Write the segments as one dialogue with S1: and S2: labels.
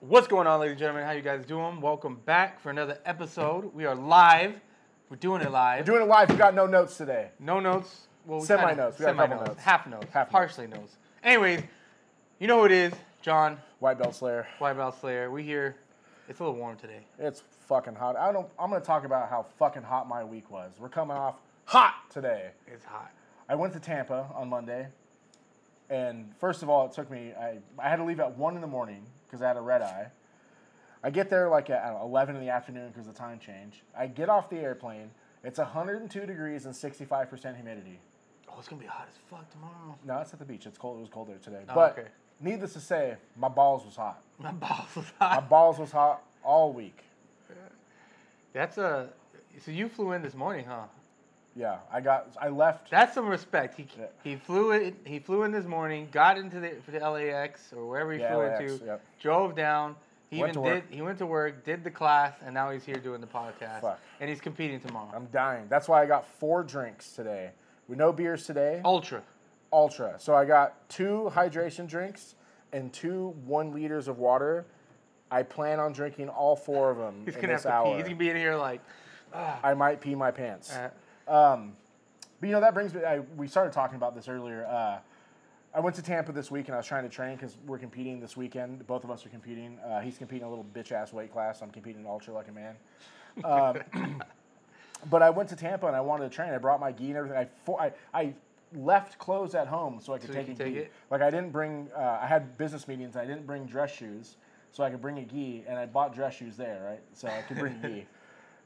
S1: What's going on, ladies and gentlemen? How you guys doing? Welcome back for another episode. We are live. We're doing it live.
S2: Doing it live. We got no notes today.
S1: no notes. Well, we
S2: Semi-notes. We got a couple
S1: semi-notes,
S2: notes.
S1: Half notes.
S2: Half notes.
S1: partially notes. Anyways, you know who it is, John
S2: White Belt Slayer.
S1: White Belt Slayer. We here. It's a little warm today.
S2: It's fucking hot. I don't. I'm gonna talk about how fucking hot my week was. We're coming off hot today.
S1: It's hot.
S2: I went to Tampa on Monday, and first of all, it took me. I I had to leave at one in the morning because I had a red eye. I get there like at I don't know, 11 in the afternoon because of the time change. I get off the airplane. It's 102 degrees and 65% humidity.
S1: Oh, it's gonna be hot as fuck tomorrow.
S2: No, it's at the beach. It's cold. It was cold there today. but
S1: okay.
S2: needless to say, my balls was hot.
S1: My balls was
S2: My
S1: hot.
S2: balls was hot all week.
S1: That's a. So you flew in this morning, huh?
S2: Yeah, I got. I left.
S1: That's some respect. He
S2: Yeah.
S1: he flew in. He flew in this morning. Got into the, for the LAX or wherever he
S2: Yeah,
S1: flew
S2: LAX,
S1: into.
S2: yep.
S1: Drove down. He
S2: Went
S1: even
S2: to
S1: did.
S2: work.
S1: He went to work. Did the class, and now he's here doing the podcast.
S2: Fuck.
S1: And he's competing tomorrow.
S2: I'm dying. That's why I got four drinks today. With no beers today.
S1: Ultra.
S2: Ultra. So I got two hydration drinks and two one liters of water. I plan on drinking all four of them
S1: He's
S2: in
S1: gonna have
S2: this
S1: to pee.
S2: hour.
S1: He's gonna be in here like. ah.
S2: I might pee my pants.
S1: Uh,
S2: Um, but you know that brings me. I, we started talking about this earlier. Uh, I went to Tampa this week and I was trying to train because we're competing this weekend. Both of us are competing. Uh, he's competing in a little bitch ass weight class. I'm competing in ultra like a man. Um, but I went to Tampa and I wanted to train. I brought my gi and everything. I for, I, I left clothes at home so I could
S1: So you
S2: take
S1: can
S2: a
S1: take
S2: gi.
S1: it?
S2: Like I didn't bring. Uh, I had business meetings. I didn't bring dress shoes, so I could bring a gi, and I bought dress shoes there, right? So I could bring a gi.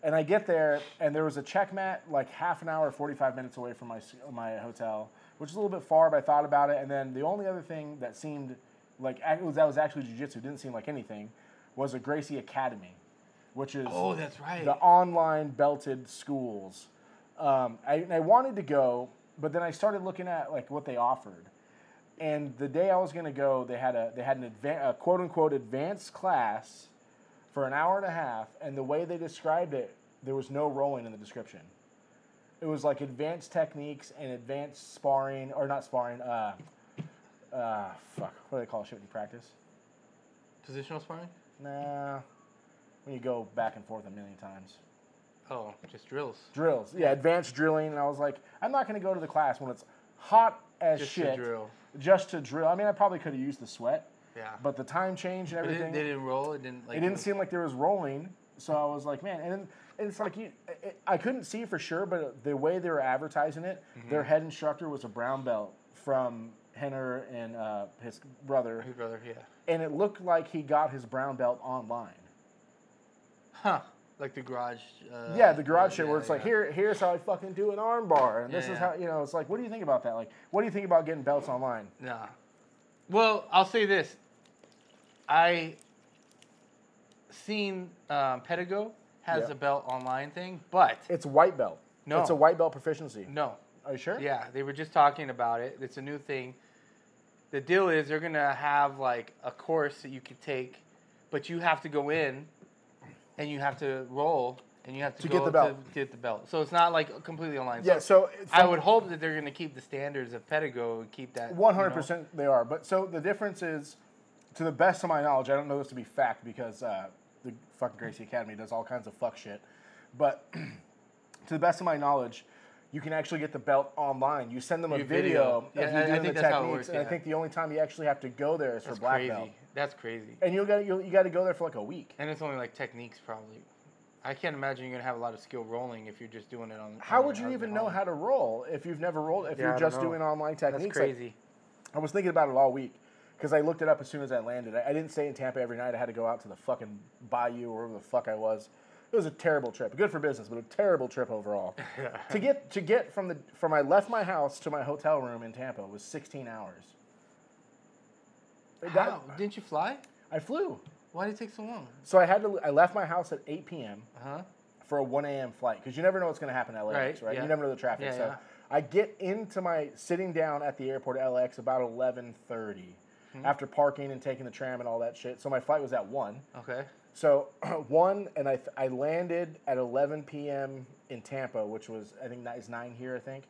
S2: And I get there, and there was a check mat like half an hour, forty-five minutes away from my s- my hotel, which is a little bit far. But I thought about it, and then the only other thing that seemed like ac- was that was actually jujitsu didn't seem like anything, was a Gracie Academy, which is
S1: oh, that's right.
S2: the online belted schools. Um, I, and I wanted to go, but then I started looking at like what they offered. And the day I was going to go, they had a they had an advan- a quote unquote advanced class for an hour and a half. And the way they described it, there was no rolling in the description. It was like advanced techniques and advanced sparring, or not sparring. Uh, uh, fuck. What do they call shit when you practice?
S1: Positional sparring.
S2: Nah. When you go back and forth a million times.
S1: Oh, just drills.
S2: drills. Yeah, advanced drilling. And I was like, I'm not going to go to the class when it's hot as
S1: Just to
S2: shit.
S1: drill.
S2: Just to drill. I mean, I probably could have used the sweat,
S1: Yeah.
S2: but the time change and
S1: But it
S2: everything.
S1: didn't, they didn't roll. It didn't like.
S2: It didn't seem like there was rolling, so I was like, man. And, then, and it's like you, it, I couldn't see for sure, but the way they were advertising it,
S1: Mm-hmm.
S2: their head instructor was a brown belt from Henner and uh, his brother,
S1: His brother. Yeah.
S2: and it looked like he got his brown belt online.
S1: Huh. Like the garage. Uh,
S2: Yeah, the garage shit
S1: yeah,
S2: where it's like
S1: yeah.
S2: here, here's how I fucking do an arm bar, and this
S1: Yeah,
S2: is
S1: yeah.
S2: how you know. It's like, what do you think about that? Like, what do you think about getting belts online?
S1: Nah. Well, I'll say this. I seen um, Pedigo has
S2: Yeah.
S1: a belt online thing, but
S2: It's white belt.
S1: No.
S2: it's a white belt proficiency.
S1: no.
S2: Are you sure?
S1: Yeah, they were just talking about it. It's a new thing. The deal is they're gonna have like a course that you could take, but you have to go in, and you have to roll, and you have to,
S2: To
S1: go
S2: get the
S1: up
S2: belt.
S1: to get the belt. So it's not like completely online. So
S2: Yeah. So it's
S1: I would hope that they're gonna keep the standards of Pedigo and keep that you know.
S2: One hundred percent, they are. But so the difference is, to the best of my knowledge, I don't know this to be fact because uh, the fucking Gracie Academy does all kinds of fuck shit. But to the best of my knowledge, you can actually get the belt online. You send them a
S1: Your
S2: video,
S1: video. Yeah,
S2: of
S1: I- I
S2: you doing
S1: think
S2: the
S1: that's how it
S2: techniques,
S1: works,
S2: and I
S1: yeah.
S2: think the only time you actually have to go there is for
S1: That's
S2: black
S1: crazy.
S2: belt.
S1: That's crazy.
S2: And you got you, you got to go there for like a week.
S1: And it's only like techniques, probably. I can't imagine you're gonna have a lot of skill rolling if you're just doing it on.
S2: How
S1: on
S2: would
S1: your-
S2: you
S1: on
S2: even
S1: your
S2: know
S1: own.
S2: how to roll if you've never rolled? If
S1: Yeah, I
S2: you're
S1: don't
S2: just
S1: know.
S2: doing online
S1: That's
S2: techniques, Like,
S1: crazy.
S2: I was thinking about it all week because I looked it up as soon as I landed. I, I didn't stay in Tampa every night. I had to go out to the fucking bayou or wherever the fuck I was. It was a terrible trip. Good for business, but a terrible trip overall. to get to get from the from I left my house to my hotel room in Tampa was 16 hours. That-
S1: How? Didn't you fly?
S2: I flew,
S1: Why did it take so long?
S2: so I had to. I left my house at 8 p.m.
S1: Uh huh.
S2: for a 1 a.m. flight because you never know what's going to happen at
S1: Right,
S2: LAX, right?
S1: yeah.
S2: You never know the traffic.
S1: Yeah,
S2: so
S1: yeah.
S2: I get into my sitting down at the airport at LAX about 11:30
S1: Hmm.
S2: after parking and taking the tram and all that shit. So my flight was at one.
S1: Okay.
S2: So one, and I, I landed at 11 p.m. in Tampa, which was I think that is nine here, I think.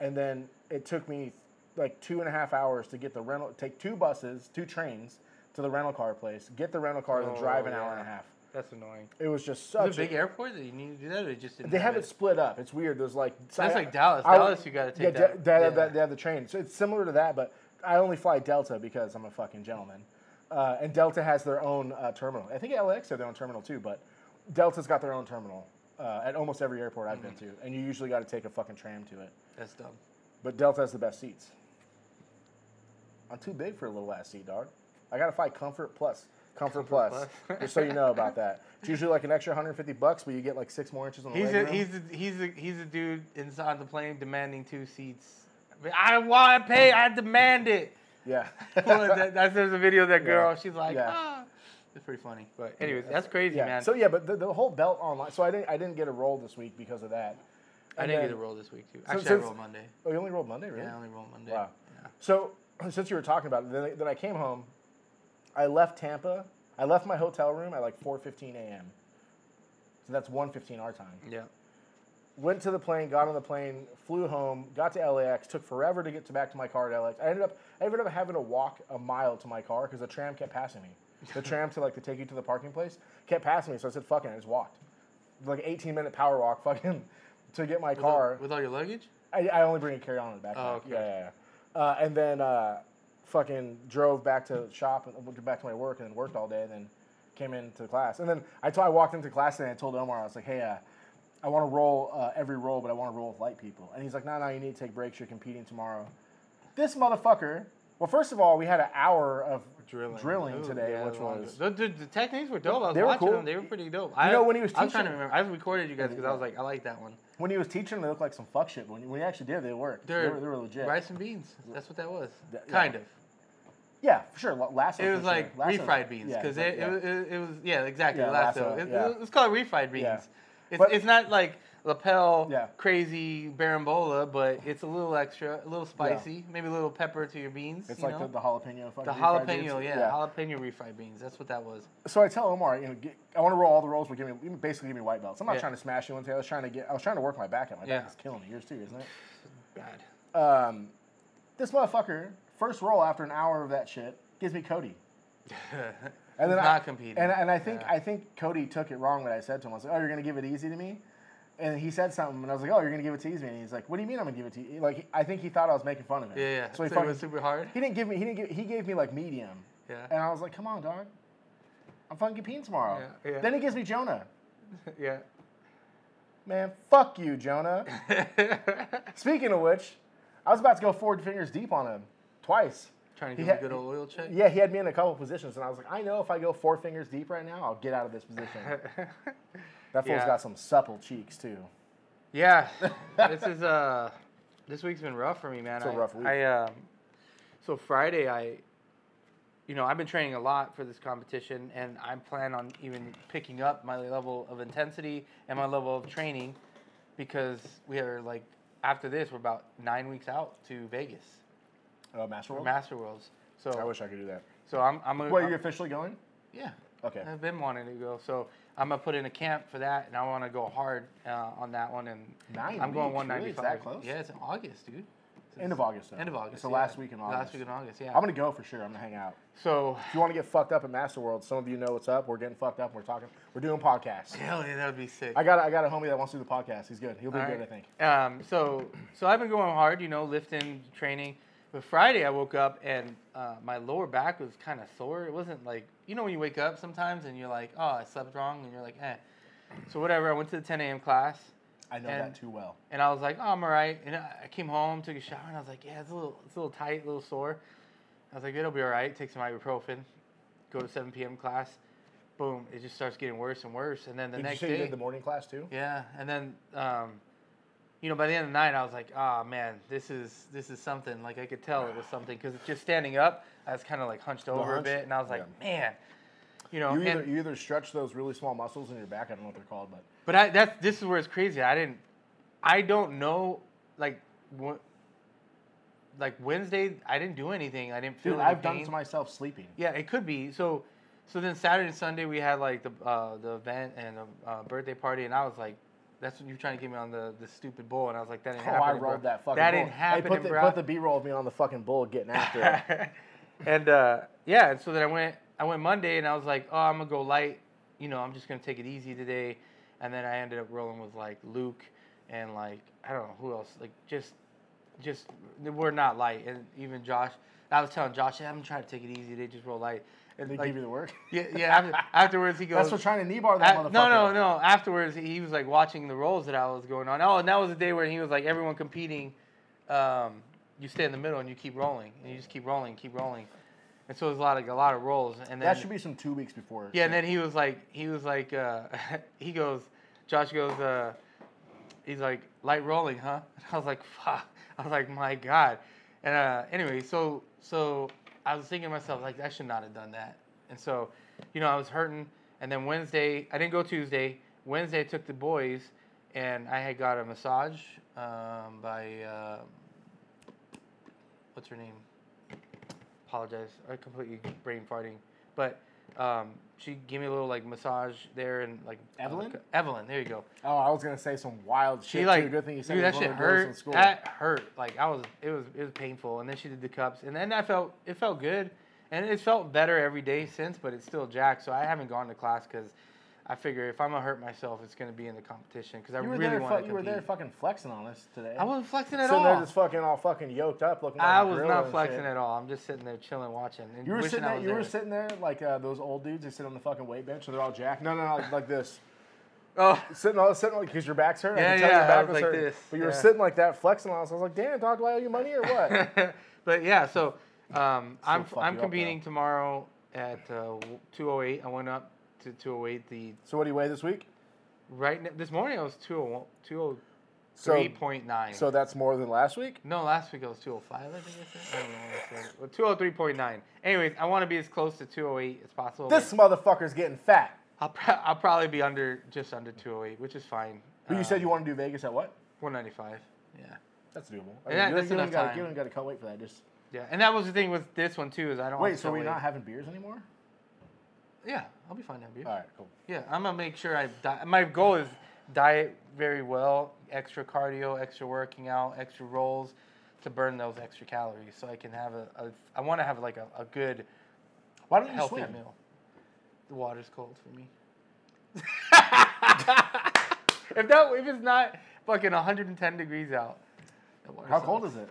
S2: And then it took me like two and a half hours to get the rental, take two buses, two trains to the rental car place, get the rental car, and
S1: Oh,
S2: drive an hour and a
S1: yeah.
S2: half.
S1: That's annoying.
S2: It was just
S1: Is it a
S2: such. a-
S1: big airport that you need to do that, or just didn't
S2: they have it split up. It's weird. There's like
S1: That's
S2: I-
S1: like Dallas.
S2: I-
S1: Dallas, you gotta take
S2: yeah,
S1: that-
S2: They, have
S1: yeah.
S2: that- they have the train, so it's similar to that. But I only fly Delta because I'm a fucking gentleman. Uh, and Delta has their own uh, terminal. I think LAX have their own terminal too, but Delta's got their own terminal uh, at almost every airport I've been
S1: Mm-hmm.
S2: to, and you usually got to take a fucking tram to it.
S1: That's dumb.
S2: But Delta has the best seats. I'm too big for a little ass seat, dog. I gotta find Comfort Plus. Comfort,
S1: Comfort
S2: Plus,
S1: Plus.
S2: just so you know about that. It's usually like an extra 150 bucks, but you get like six more inches on the
S1: He's a,
S2: legroom.
S1: he's a, he's a, he's a dude inside the plane demanding two seats. I, mean, I want to pay. I demand it.
S2: Yeah.
S1: Well, that, that's there's a video of that girl. She's like,
S2: Yeah.
S1: ah, it's pretty funny. But anyways, that's crazy,
S2: yeah.
S1: man.
S2: So yeah, but the, the whole belt online. So I didn't I didn't get a roll this week because of that.
S1: I
S2: And
S1: didn't get
S2: then-
S1: a roll this week too. Actually,
S2: since-
S1: I rolled Monday.
S2: Oh, you only rolled Monday, really?
S1: Yeah, I only rolled Monday.
S2: Wow.
S1: Yeah.
S2: So since you were talking about it, then, I- then I came home. I left Tampa. I left my hotel room at like 4:15 a.m. So that's 1:15 our time.
S1: Yeah.
S2: went to the plane, got on the plane, flew home, got to LAX. Took forever to get to back to my car at LAX. I ended up I ended up having to walk a mile to my car because the tram kept passing me. The tram to like to take you to the parking place kept passing me, so I said, "Fucking," I just walked, like 18 minute power walk, fucking, to get my car.
S1: With all your luggage?
S2: I, I only bring a carry on in the backpack.
S1: Oh, okay.
S2: Yeah, yeah, yeah. Uh, and then uh, fucking drove back to shop and back to my work and then worked all day. And then came into class. And then I told I walked into class and I told Omar I was like, hey, uh, I want to roll uh, every roll, but I want to roll with light people. And he's like, no, no, you need to take breaks. You're competing tomorrow. This motherfucker. Well, first of all, we had an hour of
S1: Drilling. Ooh,
S2: today,
S1: yeah,
S2: which
S1: long-
S2: was
S1: the, the, the techniques were dope. I was
S2: They were
S1: watching
S2: cool.
S1: them. They were pretty dope. I
S2: know, when he was
S1: I was trying to
S2: teaching-
S1: remember. I recorded you guys because I was like, I like that one.
S2: when he was teaching, they looked like some fuck shit. But when, when he actually did, they worked. They
S1: Dude,
S2: were, they were legit.
S1: Rice and beans. That's what that was.
S2: Th- yeah.
S1: Kind of.
S2: Yeah, for sure. La- Lasso.
S1: It
S2: for
S1: was
S2: sure.
S1: like
S2: Lasso-
S1: refried beans
S2: yeah,
S1: because
S2: like-
S1: it,
S2: yeah.
S1: it, was- it, it was yeah exactly
S2: Yeah,
S1: lasso.
S2: lasso,
S1: It,
S2: yeah.
S1: it was called refried beans.
S2: Yeah.
S1: It's,
S2: But-
S1: it's not like lapel
S2: Yeah.
S1: crazy barambola, but it's a little extra, a little spicy, maybe a little pepper to your beans.
S2: It's
S1: you
S2: like
S1: know?
S2: the, the jalapeno. fucking
S1: The
S2: refried beans.
S1: jalapeno, yeah, jalapeno refried beans. That's what that was.
S2: So I tell Omar, you know, get, I want to roll all the rolls, but give me give me- basically give me white belts. I'm not
S1: Yeah.
S2: trying to smash you one day. I was trying to get. I was trying to work my back out. My
S1: Yeah.
S2: back is killing me. Yours too, isn't it?
S1: Bad.
S2: Um, this motherfucker first roll after an hour of that shit gives me Cody. And then I,
S1: Not competing.
S2: And, and I think
S1: Yeah.
S2: I think Cody took it wrong when I said to him. I was like, "Oh, you're gonna give it easy to me," and he said something, and I was like, "Oh, you're gonna give it to easy." And he's like, "What do you mean I'm gonna give it to you?" Like I think he thought I was making fun of him.
S1: Yeah, yeah.
S2: So
S1: So,
S2: he
S1: it
S2: fucking
S1: was super hard.
S2: he didn't give me. He didn't. Give, he gave me like medium.
S1: Yeah.
S2: And I was like, "Come on, dog. I'm fucking competing tomorrow."
S1: Yeah, yeah.
S2: Then he gives me Jonah.
S1: Yeah.
S2: Man, fuck you, Jonah. Speaking of which, I was about to go forward fingers deep on him twice.
S1: Trying
S2: He
S1: to give
S2: had-
S1: a good old oil check.
S2: Yeah, he had me in a couple positions, and I was like, I know if I go four fingers deep right now, I'll get out of this position. That fool's
S1: Yeah.
S2: got some supple cheeks too.
S1: Yeah, this is uh, this week's been rough for me, man.
S2: It's a
S1: I-
S2: rough week.
S1: I um, so Friday I, you know, I've been training a lot for this competition, and I plan on even picking up my level of intensity and my level of training, because we are like after this we're about nine weeks out to Vegas
S2: Oh, Master
S1: for
S2: World.
S1: Master Worlds. So
S2: I wish I could do that.
S1: so I'm I'm gonna
S2: Wait,
S1: I'm-
S2: you're officially going?
S1: yeah.
S2: Okay.
S1: I've been wanting to go, so I'm gonna put in a camp for that, and I want to go hard uh, on that one. And
S2: Nine
S1: I'm going
S2: weeks, really? It's
S1: 195.
S2: that close?
S1: Yeah, it's in August, dude. It's
S2: End of August. Though.
S1: End of August.
S2: It's the
S1: yeah.
S2: last week in August.
S1: Last week in August. Yeah.
S2: I'm gonna go for sure. I'm gonna hang out.
S1: so
S2: If you want to get fucked up at Master World, some of you know what's up. We're getting fucked up. We're talking. We're doing podcasts.
S1: hell yeah, that would be sick.
S2: I got I got a homie that wants to do the podcast. He's good. He'll be
S1: All
S2: good,
S1: right.
S2: I think.
S1: Um, so so I've been going hard, you know, lifting, training. But Friday I woke up and uh, my lower back was kind of sore. It wasn't like you know when you wake up sometimes and you're like, oh, I slept wrong, and you're like, eh. So whatever. I went to the 10 a.m. class.
S2: I know
S1: And-
S2: that too well.
S1: And I was like, oh, I'm all right. And I I came home, took a shower, and I was like, yeah, it's a little, it's a little tight, a little sore. I was like, it'll be all right. Take some ibuprofen. Go to 7 p.m. class. Boom. It just starts getting worse and worse. And then the
S2: Did you
S1: next
S2: say
S1: day,
S2: you did the morning class too?
S1: yeah. And then, um, you know, by the end of the night, I was like, oh man, this is this is something. Like I could tell it was something because just standing up, I was kind of like hunched over a
S2: hunch?
S1: bit, and I was like, man, you know.
S2: You
S1: and-
S2: either, you either stretch those really small muscles in your back. I don't know what they're called, but
S1: But I, that's this is where it's crazy. I didn't, I don't know, like, what, like Wednesday, I didn't do anything. I didn't feel.
S2: dude,
S1: any
S2: I've done
S1: pain.
S2: it to myself sleeping.
S1: Yeah, it could be. So, so then Saturday and Sunday we had like the uh, the event and the uh, birthday party, and I was like, "That's what you're trying to get me on the the stupid bowl," and I was like, "That didn't
S2: Oh,
S1: happen."
S2: I
S1: bro.
S2: rolled that fucking.
S1: That
S2: bull.
S1: didn't happen,
S2: They put the,
S1: bro.
S2: put the B roll of me on the fucking bull getting after it.
S1: and uh, yeah, and so then I went I went Monday and I was like, oh, I'm gonna go light. You know, I'm just gonna take it easy today. And then I ended up rolling with like Luke and like I don't know who else. Like just just we're not light. And even Josh, I was telling Josh, "Hey, I'm trying to take it easy. They just roll light. And
S2: They
S1: like,
S2: give you the work.
S1: yeah, yeah. After, afterwards, he goes.
S2: That's for trying to knee bar that
S1: Uh,
S2: motherfucker.
S1: no, no, no. Afterwards, he was like watching the roles that I was going on. Oh, and that was the day where he was like, everyone competing. Um, you stay in the middle and you keep rolling, and you just keep rolling, keep rolling. And so it was a lot of a lot of rolls. And then
S2: That should be some two weeks before.
S1: yeah, and then he was like, he was like, uh, he goes, Josh goes, uh, he's like, light rolling, huh? And I was like, fuck. I was like, my god. And uh, anyway, so so I was thinking to myself like, I should not have done that. And so, you know, I was hurting. And then Wednesday, I didn't go Tuesday. Wednesday, I took the boys, and I had got a massage um, by uh, what's her name? Apologize, I completely brain farting. But um, she gave me a little like massage there and like uh,
S2: Evelyn?
S1: Evelyn, there you go.
S2: Oh, I was gonna say some wild shit.
S1: She like
S2: too. good thing you said
S1: dude,
S2: we
S1: that
S2: were
S1: shit
S2: going to girls in
S1: hurt.
S2: School.
S1: That hurt. Like I was, it was, it was painful. And then she did the cups, and then I felt it felt good, and it felt better every day since. But it's still jacked, so I haven't gone to class because I figure if I'm gonna hurt myself, it's gonna be in the competition because I
S2: you were
S1: really
S2: there.
S1: want to
S2: Fu- you were there fucking flexing on us today.
S1: I wasn't flexing at
S2: sitting there
S1: all.
S2: just fucking all fucking yoked up, looking. Like
S1: I
S2: a
S1: was
S2: gorilla
S1: not
S2: and
S1: flexing
S2: shit.
S1: at all. I'm just sitting there chilling, watching. And
S2: You were
S1: wishing
S2: sitting.
S1: I
S2: There,
S1: was
S2: you were
S1: there.
S2: sitting there like uh, those old dudes. They sit on the fucking weight bench, and they're all jacked. No, no, no, like, like this.
S1: Oh,
S2: Sitting all sitting like because your back's hurt. I
S1: Yeah,
S2: can tell your
S1: yeah, I
S2: back
S1: was
S2: was
S1: like
S2: hurt.
S1: this,
S2: But you were
S1: yeah.
S2: sitting like that, flexing on us. I was like, damn, dog, do I owe you money or what?
S1: but yeah, so um, I'm
S2: fuck you
S1: I'm
S2: up,
S1: competing tomorrow at uh, 208. I went up to 208. The
S2: so what do you weigh this week?
S1: right now, this morning I was oh, 201
S2: So
S1: 203.9.
S2: so that's more than last week.
S1: no, last week I was 205. I think I said. I don't know what I said. Well, 203.9. Anyways, I want to be as close to 208 as possible. but
S2: This motherfucker's getting fat.
S1: I'll, pro- I'll probably be under just under 208, which is fine.
S2: But
S1: Um,
S2: you said you want to do Vegas at what?
S1: 195. Yeah.
S2: That's doable.
S1: And that- that's
S2: you don't- you
S1: enough
S2: don't gotta-
S1: time.
S2: You don't got to cut weight for that. Just
S1: Yeah, and that was the thing with this one too is I don't.
S2: wait.
S1: want
S2: So
S1: to
S2: we are
S1: wait.
S2: not having beers anymore?
S1: Yeah, I'll be fine now, beer.
S2: All right, cool.
S1: Yeah, I'm gonna make sure I di My goal is diet very well, extra cardio, extra working out, extra rolls, to burn those extra calories, so I can have a. a I want to have like a, a good
S2: Why don't you
S1: healthy
S2: swim?
S1: meal. The water's cold for me. if that if it's not fucking 110 degrees out. the water
S2: How
S1: sucks.
S2: cold is it?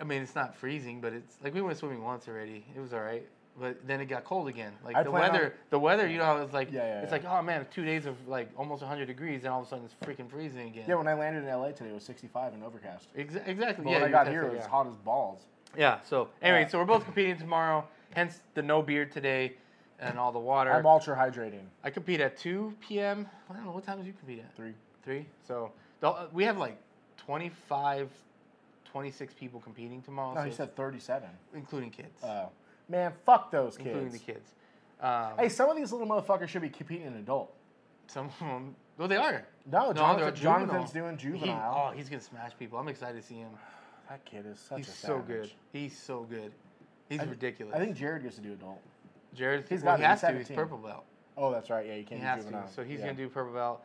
S1: I mean, it's not freezing, but it's like we went swimming once already. It was all right, but then it got cold again. Like
S2: I
S1: the
S2: plan on-
S1: weather, the weather. You know, how it's like
S2: Yeah, yeah,
S1: it's
S2: yeah.
S1: like oh man, two days of like almost 100 degrees, and all of a sudden it's freaking freezing again.
S2: Yeah, when I landed in LA today, it was 65 and overcast.
S1: Exa- exactly.
S2: But
S1: yeah,
S2: when I
S1: you
S2: got
S1: tested,
S2: here, it was
S1: yeah.
S2: hot as balls.
S1: Yeah. So anyway,
S2: Yeah.
S1: so we're both competing tomorrow. Hence the no beard today, and all the water.
S2: I'm ultra hydrating.
S1: I compete at 2 p.m. I don't know what time do you compete at.
S2: Three.
S1: Three. So the, we have like 25, 26 people competing tomorrow,
S2: No,
S1: so
S2: he said 37.
S1: including kids,
S2: Oh. Man, fuck those
S1: including
S2: kids.
S1: the kids. Um,
S2: Hey, some of these little motherfuckers should be competing in adult.
S1: Some of them. Well, they are.
S2: No,
S1: they're
S2: Jonathan,
S1: a juvenile.
S2: Jonathan's doing
S1: He-
S2: juvenile.
S1: oh, he's gonna smash people. I'm excited to see him.
S2: that kid is such
S1: He's
S2: a
S1: so
S2: savage.
S1: good. He's so good. He's
S2: I-
S1: ridiculous.
S2: I think Jared gets to do adult.
S1: Jared's.
S2: he's
S1: well, he
S2: gotta be
S1: has to. He's
S2: 17.
S1: purple belt.
S2: Oh, that's right. Yeah, you
S1: He
S2: can't do
S1: has to.
S2: juvenile.
S1: So he's
S2: yeah.
S1: gonna do purple belt.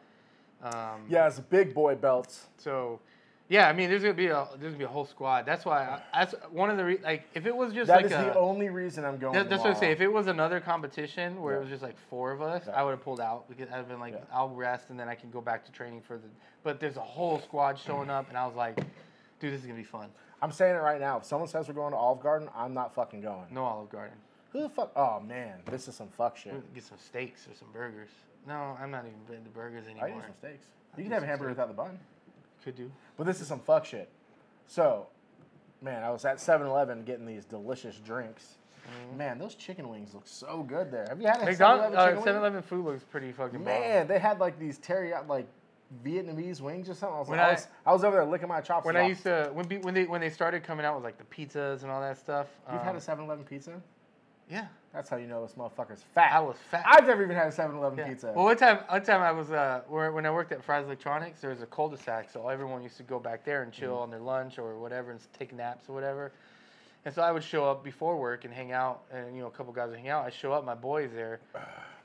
S1: Um,
S2: Yeah, it's big boy belts.
S1: So, yeah. I mean, there's gonna be a there's gonna be a whole squad. That's why. I, that's one of the re- like. If it was just
S2: That
S1: like
S2: is
S1: a,
S2: the only reason I'm going.
S1: That, that's what I say.
S2: tomorrow.
S1: If it was another competition where
S2: Yeah.
S1: it was just like four of us,
S2: Yeah.
S1: I would have pulled out because I've been like,
S2: Yeah.
S1: I'll rest and then I can go back to training for the. But there's a whole squad showing up, and I was like, dude, this is gonna be fun.
S2: I'm saying it right now. If someone says we're going to Olive Garden, I'm not fucking going.
S1: No Olive Garden.
S2: Who the fuck? Oh man, this is some fuck shit.
S1: We can get some steaks or some burgers. No, I'm not even into burgers
S2: I need
S1: anymore.
S2: some steaks. You
S1: need
S2: can have a
S1: some
S2: hamburger without the bun.
S1: Could do.
S2: But this is some fuck shit. So, man, I was at 7-Eleven getting these delicious drinks. Man, those chicken wings look so good there. Have you had a 7-Eleven
S1: Mm-hmm. McDonald's uh,
S2: chicken
S1: Seven
S2: wing?
S1: Eleven food looks pretty fucking. bomb.
S2: Man, they had like these teriyaki, like Vietnamese wings or something. I was,
S1: When
S2: like, I,
S1: I-
S2: was, I was over there licking my chops.
S1: When
S2: like,
S1: I used to, when be, when they when they started coming out with like the pizzas and all that stuff.
S2: you've
S1: um,
S2: had a 7-Eleven pizza.
S1: yeah.
S2: That's how you know this motherfucker's fat.
S1: I was fat.
S2: I've never even had a 7-Eleven
S1: Yeah.
S2: pizza.
S1: Well, one time, one time I was uh, where, when I worked at Fry's Electronics, there was a cul-de-sac, so everyone used to go back there and
S2: Mm-hmm.
S1: chill on their lunch or whatever, and s- take naps or whatever. And so I would show up before work and hang out, and you know, a couple guys would hang out. I show up, my boy's there,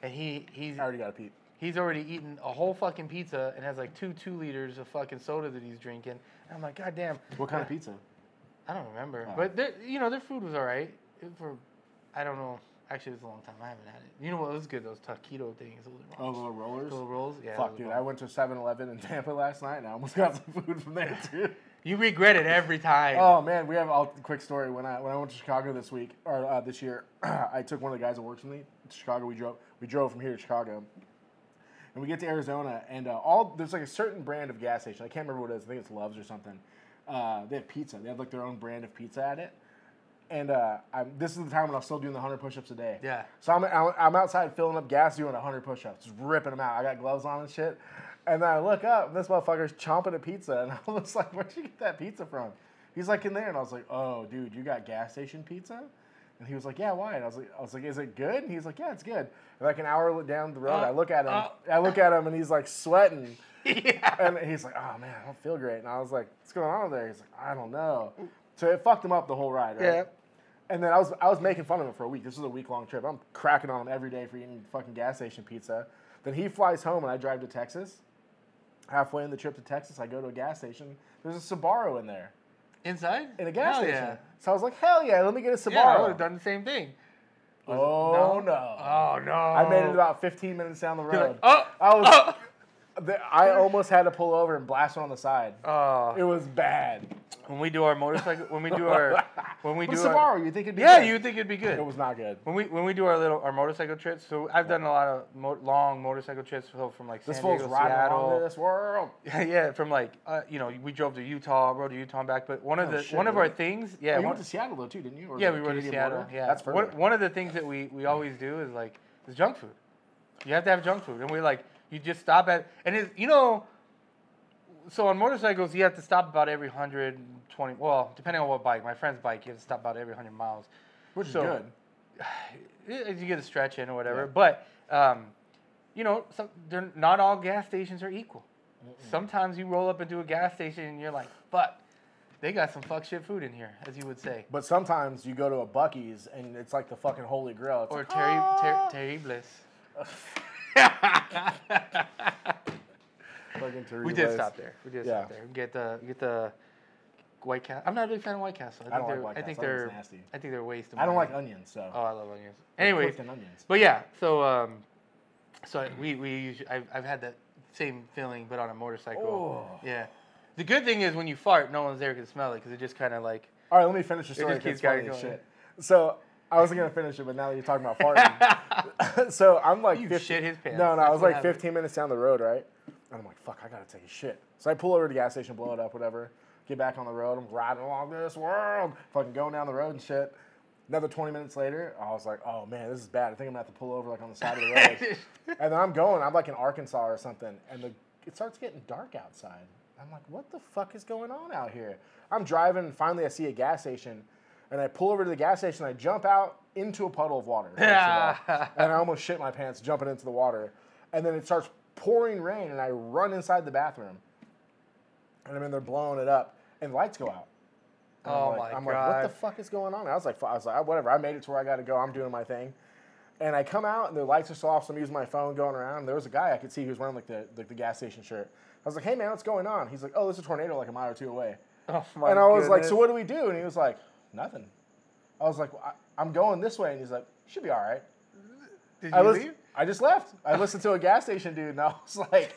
S1: and he he's
S2: I already got a peep.
S1: he's already eaten a whole fucking pizza and has like two two liters of fucking soda that he's drinking. And I'm like, God damn,
S2: What kind of pizza?
S1: I don't remember, but their- you know, their food was all right. for I don't know. Actually, it was a long time. I haven't had it. You know what was good? Those taquito things. Those are
S2: Oh, little rollers.
S1: Little rolls. Yeah.
S2: Fuck,
S1: those are
S2: dude.
S1: bomb.
S2: I went to 7 Eleven in Tampa last night and I almost got some food from there, too.
S1: You regret it every time.
S2: Oh man, we have a quick story. When I when I went to Chicago this week or uh, this year, I took one of the guys that works with me to Chicago. We drove we drove from here to Chicago, and we get to Arizona, and uh, all there's like a certain brand of gas station. I can't remember what it is. I think it's Love's or something. Uh, they have pizza. They have like their own brand of pizza at it. And uh, I'm, this is the time when I'm still doing the 100 push-ups a day.
S1: Yeah.
S2: So I'm, I'm I'm outside filling up gas, doing 100 push-ups, just ripping them out. I got gloves on and shit. And then I look up, and this motherfucker's chomping a pizza, and I was like, "Where'd you get that pizza from?" He's like, "In there," and I was like, "Oh, dude, you got gas station pizza?" And he was like, "Yeah, why?" And I was like, "I was like, is it good?" And he's like, "Yeah, it's good." And like an hour down the road,
S1: Uh,
S2: I look at him,
S1: uh.
S2: I look at him, and he's like sweating.
S1: yeah.
S2: And he's like, oh man, I don't feel great. And I was like, what's going on over there? He's like, I don't know. So it fucked him up the whole ride, right?
S1: Yeah.
S2: And then I was I was making fun of him for a week. This was a week long trip. I'm cracking on him every day for eating fucking gas station pizza. Then he flies home and I drive to Texas. Halfway in the trip to Texas, I go to a gas station. There's a Sbarro in there,
S1: Inside?
S2: in a gas
S1: Hell
S2: station.
S1: Yeah.
S2: So I was like, hell yeah, let me get a
S1: Yeah, I
S2: Sbarro.
S1: would have done the same thing. Was it-
S2: oh no.
S1: Oh no.
S2: I made it about 15 minutes down the road.
S1: like, oh,
S2: I was.
S1: oh.
S2: The- I almost had to pull over and blast one on the side.
S1: Oh.
S2: It was bad.
S1: When we do our motorcycle, when we do our, when we
S2: But
S1: do our,
S2: Subaru, you think it'd be
S1: yeah,
S2: good.
S1: you would think it'd be good.
S2: It was not good.
S1: When we when we do our little our motorcycle trips, so I've done a lot of mo- long motorcycle trips so from like
S2: This
S1: San
S2: fool's
S1: Diego,
S2: riding around in
S1: Seattle.
S2: this world.
S1: yeah, from like uh, you know we drove to Utah, rode to Utah and back. But one of
S2: Oh,
S1: the
S2: shit,
S1: one of
S2: really? Oh,
S1: our things, yeah,
S2: you
S1: one,
S2: went to Seattle though too, didn't you? Or
S1: yeah,
S2: the
S1: we rode to
S2: Canadian
S1: Seattle.
S2: border?
S1: Yeah,
S2: that's further.
S1: one, one of the things that we we always do is like is junk food. You have to have junk food, and we're like you just stop at and it's you know. So on motorcycles, you have to stop about every hundred twenty. Well, depending on what bike. My friend's bike, you have to stop about every hundred miles.
S2: which is
S1: so-
S2: good.
S1: Eh, you get a stretch in or whatever. But um, you know, some, they're not all gas stations are equal. Sometimes you roll up into a gas station and you're like, "Fuck, they got some fuck shit food in here," as you would say,
S2: But sometimes you go to a Bucky's and it's like the fucking holy grail. It's
S1: or
S2: like,
S1: Terry
S2: "Ah."
S1: ter- terribles.
S2: Fucking Terry
S1: We did
S2: Blaze.
S1: stop there. We did
S2: Yeah.
S1: stop there. Get the get the White Castle. I'm not a big fan of White Castle.
S2: I don't like
S1: they're-
S2: White
S1: I think
S2: Castle. I think
S1: they're
S2: it's nasty.
S1: I think they're wasting.
S2: I don't like onions, so
S1: Oh, I love onions. Anyways,
S2: cooked in onions.
S1: But yeah, so um, so I- we we usually, I've, I've had that same feeling, but on a motorcycle.
S2: Oh.
S1: Yeah. The good thing is when you fart, no one's there can smell it because it just kind of like
S2: All right, let me finish the story.
S1: just
S2: 'cause
S1: keeps
S2: it's funny
S1: going,
S2: as
S1: going.
S2: shit. So I wasn't gonna finish it, but now that you're talking about farting, so I'm like,
S1: You
S2: 50
S1: shit his pants.
S2: No, no, I
S1: That's
S2: was
S1: what
S2: like
S1: happened.
S2: 15 minutes down the road, right? And I'm like, fuck, I gotta take a shit. So I pull over to the gas station, blow it up, whatever. Get back on the road. I'm riding along this world, fucking going down the road and shit. Another 20 minutes later, I was like, oh man, this is bad. I think I'm gonna have to pull over like on the side of the road. and then I'm going. I'm like in Arkansas or something, and the, it starts getting dark outside. I'm like, what the fuck is going on out here? I'm driving, and finally I see a gas station, and I pull over to the gas station. I jump out into a puddle of water, first of all. and I almost shit my pants jumping into the water. And then it starts pouring rain, and I run inside the bathroom, and I'm in there blowing it up, and the lights go out. And
S1: Oh
S2: I'm like,
S1: my
S2: I'm
S1: god.
S2: like, what the fuck is going on? I was like, fu- I was like, "Ah, whatever. I made it to where I got to go. I'm doing my thing. And I come out and the lights are still off, so I'm using my phone going around. And there was a guy I could see who was wearing like the, the, the gas station shirt. I was like, hey man, what's going on? He's like, oh, there's a tornado like a mile or two away.
S1: oh my
S2: and I was like,
S1: goodness.
S2: so what do we do? And he was like, nothing. I was like, well, I, I'm going this way. And he's like, should be all right.
S1: Did you
S2: I, lis-
S1: leave?
S2: I just left. I listened to a gas station dude and I was like,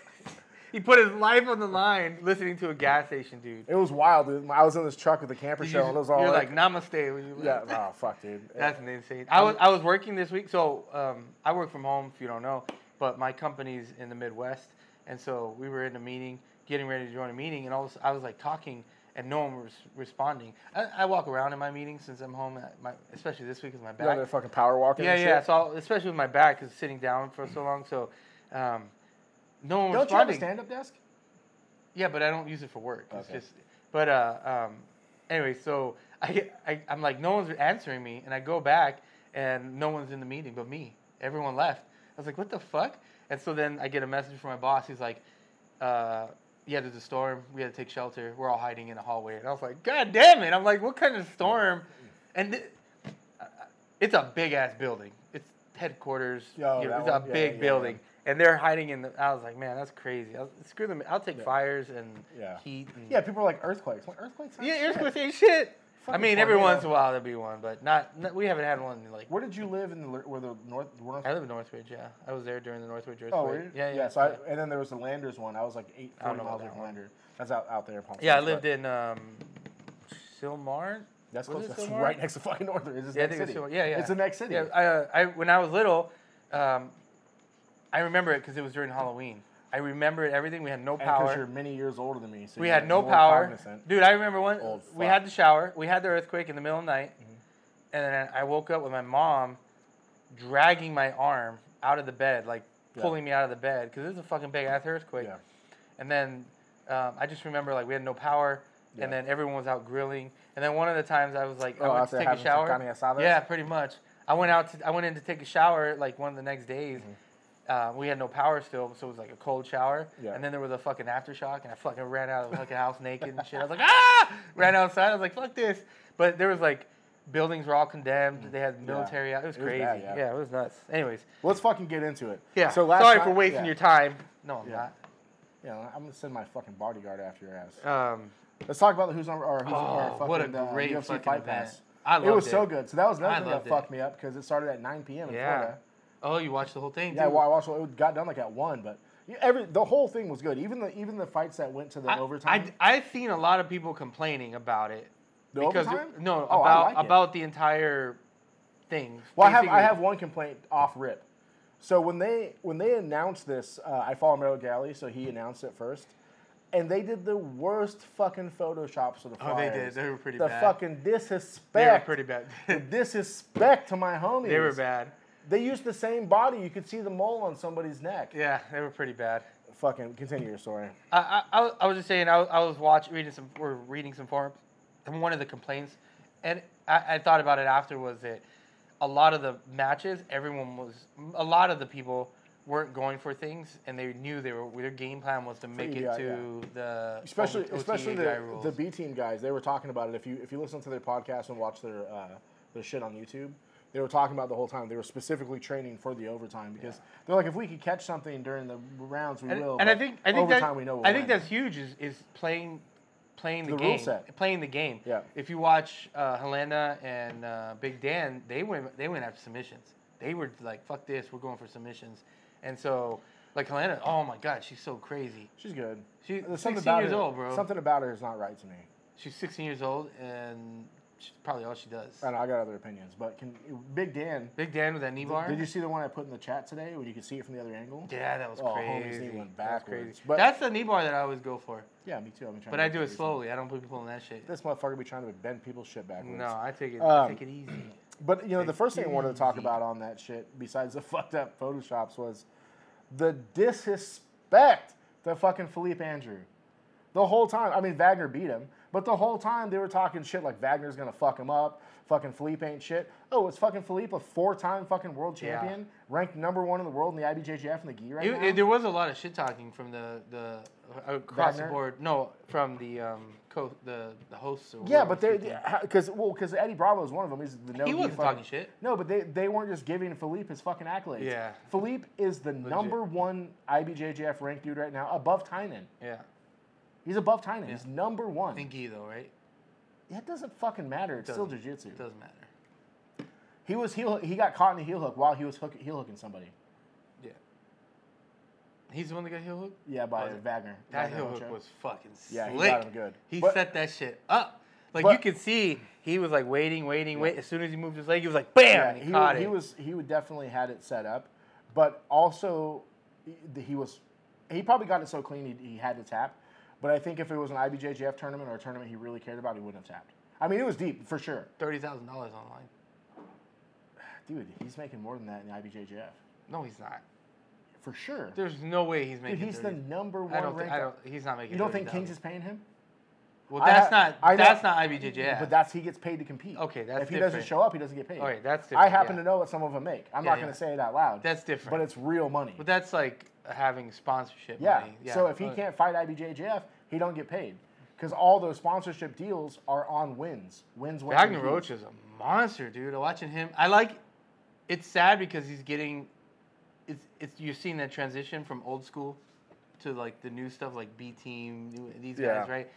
S1: He put his life on the line listening to a gas station dude.
S2: it was wild, dude. I was in this truck with the camper
S1: Did
S2: show
S1: you,
S2: and it was all
S1: you're
S2: like,
S1: like, namaste when you left.
S2: yeah, oh, fuck, dude.
S1: That's an insane. I was I was working this week, so um, I work from home. If you don't know, but my company's in the Midwest, and so we were in a meeting, getting ready to join a meeting, and all this, I was like talking, and no one was responding. I, I walk around in my meetings since I'm home, at my, especially this week is my
S2: you know,
S1: back.
S2: they're fucking power walking.
S1: Yeah,
S2: and
S1: yeah.
S2: shit.
S1: So I'll, especially with my back, is sitting down for so long, so um, no one was
S2: Don't you have a
S1: responding.
S2: stand-up desk?
S1: Yeah, but I don't use it for work. It's
S2: Okay.
S1: just, but uh, um, anyway, so I, get- I, I'm like, no one's answering me, and I go back, and no one's in the meeting but me. Everyone left. I was like, what the fuck? And so then I get a message from my boss. He's like, uh, yeah, there's a storm. We had to take shelter. We're all hiding in a hallway. And I was like, God damn it! I'm like, what kind of storm? And th- uh, it's a big ass building. It's headquarters.
S2: Yeah, oh,
S1: you know,
S2: that
S1: it's a
S2: one? Yeah,
S1: big
S2: yeah, yeah.
S1: building, and they're hiding in the. I was like, man, that's crazy. I'll, screw them. I'll take fires and
S2: Yeah.
S1: heat. And,
S2: Yeah, people are like earthquakes. Like, earthquakes? aren't
S1: yeah,
S2: shit.
S1: earthquakes ain't shit. I
S2: fucking
S1: mean, every
S2: tornado.
S1: once in a while there'll be one, but not, not- we haven't had one in like.
S2: Where did you live in the where the north? North
S1: I live in Northridge, yeah. I was there during the Northridge earthquake.
S2: oh, where-
S1: yeah, yeah.
S2: So I, and then there was the Landers one. I was like eight,
S1: I don't
S2: 40
S1: know about
S2: miles away
S1: that
S2: from
S1: one.
S2: Landers. That's out, out there. in Palm
S1: yeah, I
S2: Springs,
S1: lived
S2: but
S1: in um, Silmar.
S2: That's
S1: was
S2: close.
S1: it
S2: That's
S1: Silmar?
S2: right next to fucking Northridge. It's the
S1: Yeah, I
S2: next
S1: think it's
S2: city.
S1: Silmar. Yeah, yeah.
S2: It's the next city.
S1: Yeah, I, uh, I when I was little, um, I remember it because it was during Halloween. I remembered everything. We had no
S2: And 'cause you're
S1: power.
S2: many years older than me, so
S1: We
S2: you're
S1: had no
S2: more
S1: power,
S2: cognizant.
S1: dude. I remember one.
S2: Old
S1: We
S2: fuck. Mm-hmm.
S1: had the shower. We had the earthquake in the middle of the night, and then I woke up with my mom dragging my arm out of the bed, like
S2: Yeah.
S1: pulling me out of the bed because it was a fucking big ass earthquake.
S2: Yeah.
S1: And then um, I just remember like we had no power,
S2: Yeah.
S1: and then everyone was out grilling. And then one of the times I was like,
S2: Oh,
S1: I went
S2: after
S1: to take a
S2: having some
S1: shower.
S2: carne asada?
S1: Yeah, pretty much. I went out to I went in to take a shower like one of the next days.
S2: Mm-hmm.
S1: Uh, we had no power still, so it was like a cold shower.
S2: Yeah.
S1: And then there was a fucking aftershock, and I fucking ran out of the fucking house naked and shit. I was like, ah! Ran outside. I was like, fuck this. But there was like, buildings were all condemned. They had military out. It was
S2: Mm. It was
S1: crazy.
S2: bad, yeah.
S1: yeah. it was nuts. Anyways,
S2: Let's fucking get into it.
S1: yeah.
S2: So last
S1: sorry
S2: time-
S1: for wasting
S2: yeah.
S1: your time. No, I'm
S2: Yeah. Yeah, I'm gonna send my fucking bodyguard after your ass.
S1: not. Um,
S2: Let's talk about the who's on or who's on
S1: Oh,
S2: our fucking
S1: what a
S2: uh,
S1: great
S2: UFC
S1: fucking
S2: fight
S1: event.
S2: pass.
S1: I
S2: it
S1: loved
S2: was so
S1: it.
S2: good. So that was another
S1: I
S2: thing
S1: loved
S2: that
S1: it.
S2: fucked me up because it started at 9 p.m. in
S1: yeah.
S2: Florida.
S1: Oh, you watched the whole thing?
S2: Yeah,
S1: too?
S2: well, I watched. It got done like at one, but yeah, every the whole thing was good. Even the even the fights that went to the
S1: I-
S2: overtime.
S1: I, have seen a lot of people complaining about it.
S2: The overtime?
S1: No,
S2: Oh, I
S1: about
S2: like it.
S1: about the entire thing.
S2: Well, I have I
S1: basically.
S2: have one complaint off rip. So when they when they announced this, uh, I follow Merrill Galley, so he announced it first, and they did the worst fucking photoshops of the.
S1: Oh, they
S2: flyers.
S1: did. They were pretty
S2: The
S1: bad.
S2: fucking disrespect.
S1: They were pretty bad.
S2: The disrespect to my homies.
S1: they were bad.
S2: They used the same body. You could see the mole on somebody's neck.
S1: Yeah, they were pretty bad.
S2: Fucking continue your story.
S1: I, I, I was- I was just saying I was, I was watching reading some or reading some forums and one of the complaints and I, I thought about it after was that a lot of the matches everyone was a lot of the people weren't going for things and they knew they were their game plan was to make
S2: EDI,
S1: it to the
S2: especially
S1: OTA
S2: especially
S1: guy
S2: the,
S1: E rules.
S2: the B team guys. They were talking about it. If you if you listen to their podcast and watch their uh, their shit on YouTube, they were talking about it the whole time. They were specifically training for the overtime because they're like, if we could catch something during the rounds, we
S1: and,
S2: will.
S1: and I
S2: but
S1: think I think
S2: overtime
S1: that,
S2: we know. We'll
S1: I think
S2: win.
S1: that's huge is, is playing playing the,
S2: The
S1: game
S2: rule set.
S1: playing the game.
S2: Yeah.
S1: If you watch uh, Helena and uh, Big Dan, they went they went after submissions. They were like fuck this, we're going for submissions, and so like Helena, oh my god, she's so crazy.
S2: she's good.
S1: She-
S2: There's
S1: 16
S2: about
S1: years
S2: her-
S1: old, bro.
S2: Something about her is not right to me.
S1: She's 16 years old and she's probably all she does.
S2: I know I got other opinions, but can Big Dan?
S1: Big Dan with that knee bar.
S2: Did you see the one I put in the chat today when you could see it from the other angle?
S1: yeah, that was
S2: Oh, homie's
S1: crazy.
S2: knee went
S1: That was crazy.
S2: backwards. But-
S1: That's the knee bar that I always go for,
S2: Yeah, me too. I've been trying.
S1: but
S2: to
S1: I
S2: get
S1: do
S2: there
S1: it
S2: recently.
S1: slowly. I don't put people in that shit.
S2: This motherfucker be trying to bend people's shit backwards.
S1: No, I take it
S2: Um,
S1: take it easy.
S2: But you know, the first thing I wanted to talk
S1: Easy.
S2: about on that shit, besides the fucked up photoshops, was the disrespect to fucking Philippe Andrew. The whole time, I mean, Wagner beat him, but the whole time they were talking shit like Wagner's gonna fuck him up. Fucking Philippe ain't shit. Oh, it's fucking Philippe, a four-time fucking world
S1: Yeah.
S2: champion, ranked number one in the world in the IBJJF and the gi right
S1: It-
S2: now.
S1: it- there was a lot of shit talking from the the uh, across
S2: Wagner?
S1: the board. No, from the um co- the the hosts. Or
S2: yeah,
S1: whoever
S2: but
S1: was
S2: they're
S1: speaking.
S2: because well, because Eddie Bravo is one of them. He's the no
S1: he
S2: gi
S1: wasn't
S2: fucking-
S1: talking shit.
S2: No, but they, they weren't just giving Philippe his fucking accolades.
S1: Yeah.
S2: Philippe is the number one IBJJF ranked dude right now, above Tynan.
S1: Yeah,
S2: He's above Tynan. He's number one.
S1: and Guy though, right?
S2: That doesn't fucking matter. It's still
S1: Doesn't.
S2: jiu-jitsu.
S1: It doesn't matter.
S2: He was heel, he got caught in a heel hook while he was hook, heel hooking somebody.
S1: Yeah, he's the one that got heel hooked.
S2: Yeah, by
S1: Was it?
S2: Wagner.
S1: Oh, That
S2: Wagner
S1: heel
S2: Ochoa.
S1: hook was fucking
S2: Yeah, he
S1: slick.
S2: got him good.
S1: He
S2: But-
S1: set that shit up. Like
S2: But-
S1: you could see, he was like waiting, waiting, wait. As soon as he moved his leg, he was like, bam, and he,
S2: he,
S1: caught
S2: wa- he
S1: it.
S2: was he would definitely had it set up, but also he- he was he probably got it so clean he, he had to tap. But I think if it was an IBJJF tournament or a tournament he really cared about, he wouldn't have tapped. I mean, it was deep for sure.
S1: thirty thousand dollars online.
S2: Dude, he's making more than that in the IBJJF.
S1: No, he's not.
S2: For sure.
S1: There's no way he's
S2: Dude,
S1: making.
S2: he's the
S1: 30
S2: number one
S1: I don't. Think,
S2: ranked.
S1: I don't. He's not making.
S2: you don't think
S1: 30,000.
S2: Kings is paying him?
S1: Well,
S2: I
S1: that's
S2: ha-
S1: not
S2: I know-
S1: that's not IBJJF.
S2: But that's he gets paid to compete.
S1: Okay, that's
S2: If he doesn't
S1: different.
S2: show up, he doesn't get paid.
S1: Okay, that's
S2: I
S1: different,
S2: happen
S1: yeah.
S2: to know what some of them make. I'm
S1: Yeah,
S2: not
S1: yeah.
S2: going to say it out loud.
S1: that's different.
S2: but it's real money.
S1: but that's like having sponsorship
S2: Yeah.
S1: money.
S2: So if he
S1: but-
S2: can't fight IBJJF, he don't get paid because all those sponsorship deals are on wins. Wins, wins.
S1: Wagner
S2: wins.
S1: Roach is a monster, dude. Watching him, I like. It's sad because he's getting. It's it's you're seeing that transition from old school to like the new stuff like B Team, new- these
S2: Yeah.
S1: guys, right?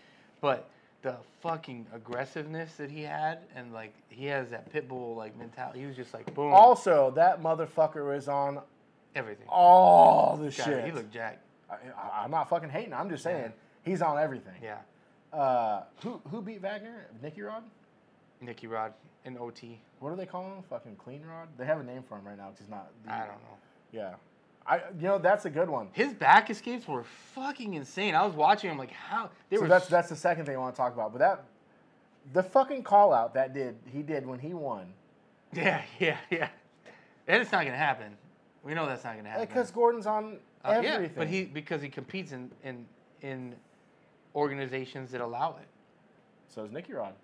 S1: But the fucking aggressiveness that he had, and like he has that pit bull like mentality. He was just like boom,
S2: Also, that motherfucker is on
S1: everything.
S2: all the
S1: God,
S2: shit.
S1: He looked jacked.
S2: I, I, I'm not fucking hating. I'm just saying he's on everything.
S1: Yeah,
S2: Uh, who who beat Wagner? Nicky Rod?
S1: Nicky Rod in OT.
S2: What do they call him? Fucking Clean Rod? They have a name for him right now because he's not.
S1: I don't know.
S2: Yeah, I you know that's a good one.
S1: His back escapes were fucking insane. I was watching him like how they
S2: so
S1: were.
S2: that's
S1: s-
S2: that's the second thing I want to talk about. But that the fucking call out that did he did when he won
S1: Yeah, yeah, yeah. And it's not gonna happen. We know that's not gonna happen.
S2: because Gordon's on
S1: Uh-huh. Uh,
S2: everything.
S1: Yeah, but he because he competes in in in organizations that allow it.
S2: so is Nicky Rod.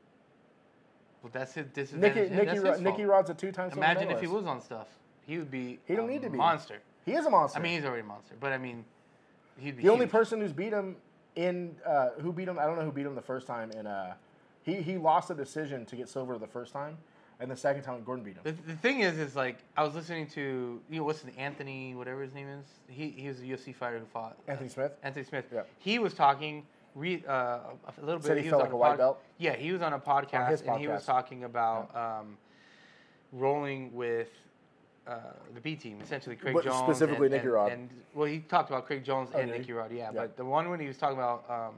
S1: Well, that's his disadvantage.
S2: Nicky Nicky,
S1: that's
S2: Rod,
S1: his fault.
S2: Nicky Rod's a two times
S1: Imagine if he was on stuff, he would be.
S2: He don't
S1: a
S2: need to be.
S1: monster.
S2: He is a monster.
S1: I mean, he's already a monster, but I mean, he'd be
S2: the only
S1: huge.
S2: person who's beat him in uh, who beat him I don't know who beat him the first time in uh, he he lost a decision to get silver the first time and the second time Gordon beat him.
S1: The, the thing is, is like I was listening to you know what's his name, Anthony, whatever his name is. He he was a UFC fighter who fought uh,
S2: Anthony Smith.
S1: Anthony Smith.
S2: Yeah.
S1: He was talking re, uh, a a little bit.
S2: Said he
S1: was
S2: felt
S1: on
S2: like a white
S1: pod-
S2: belt?
S1: Yeah, he was on a podcast,
S2: On his
S1: and he was
S2: podcast.
S1: talking about um, rolling with uh, the B team, essentially Craig
S2: But
S1: Jones,
S2: specifically
S1: and,
S2: Nicky
S1: and-
S2: Rod.
S1: and well, he talked about Craig Jones and
S2: Oh, did he?
S1: Nicky Rod. Yeah,
S2: Yeah.
S1: but the one when he was talking about um,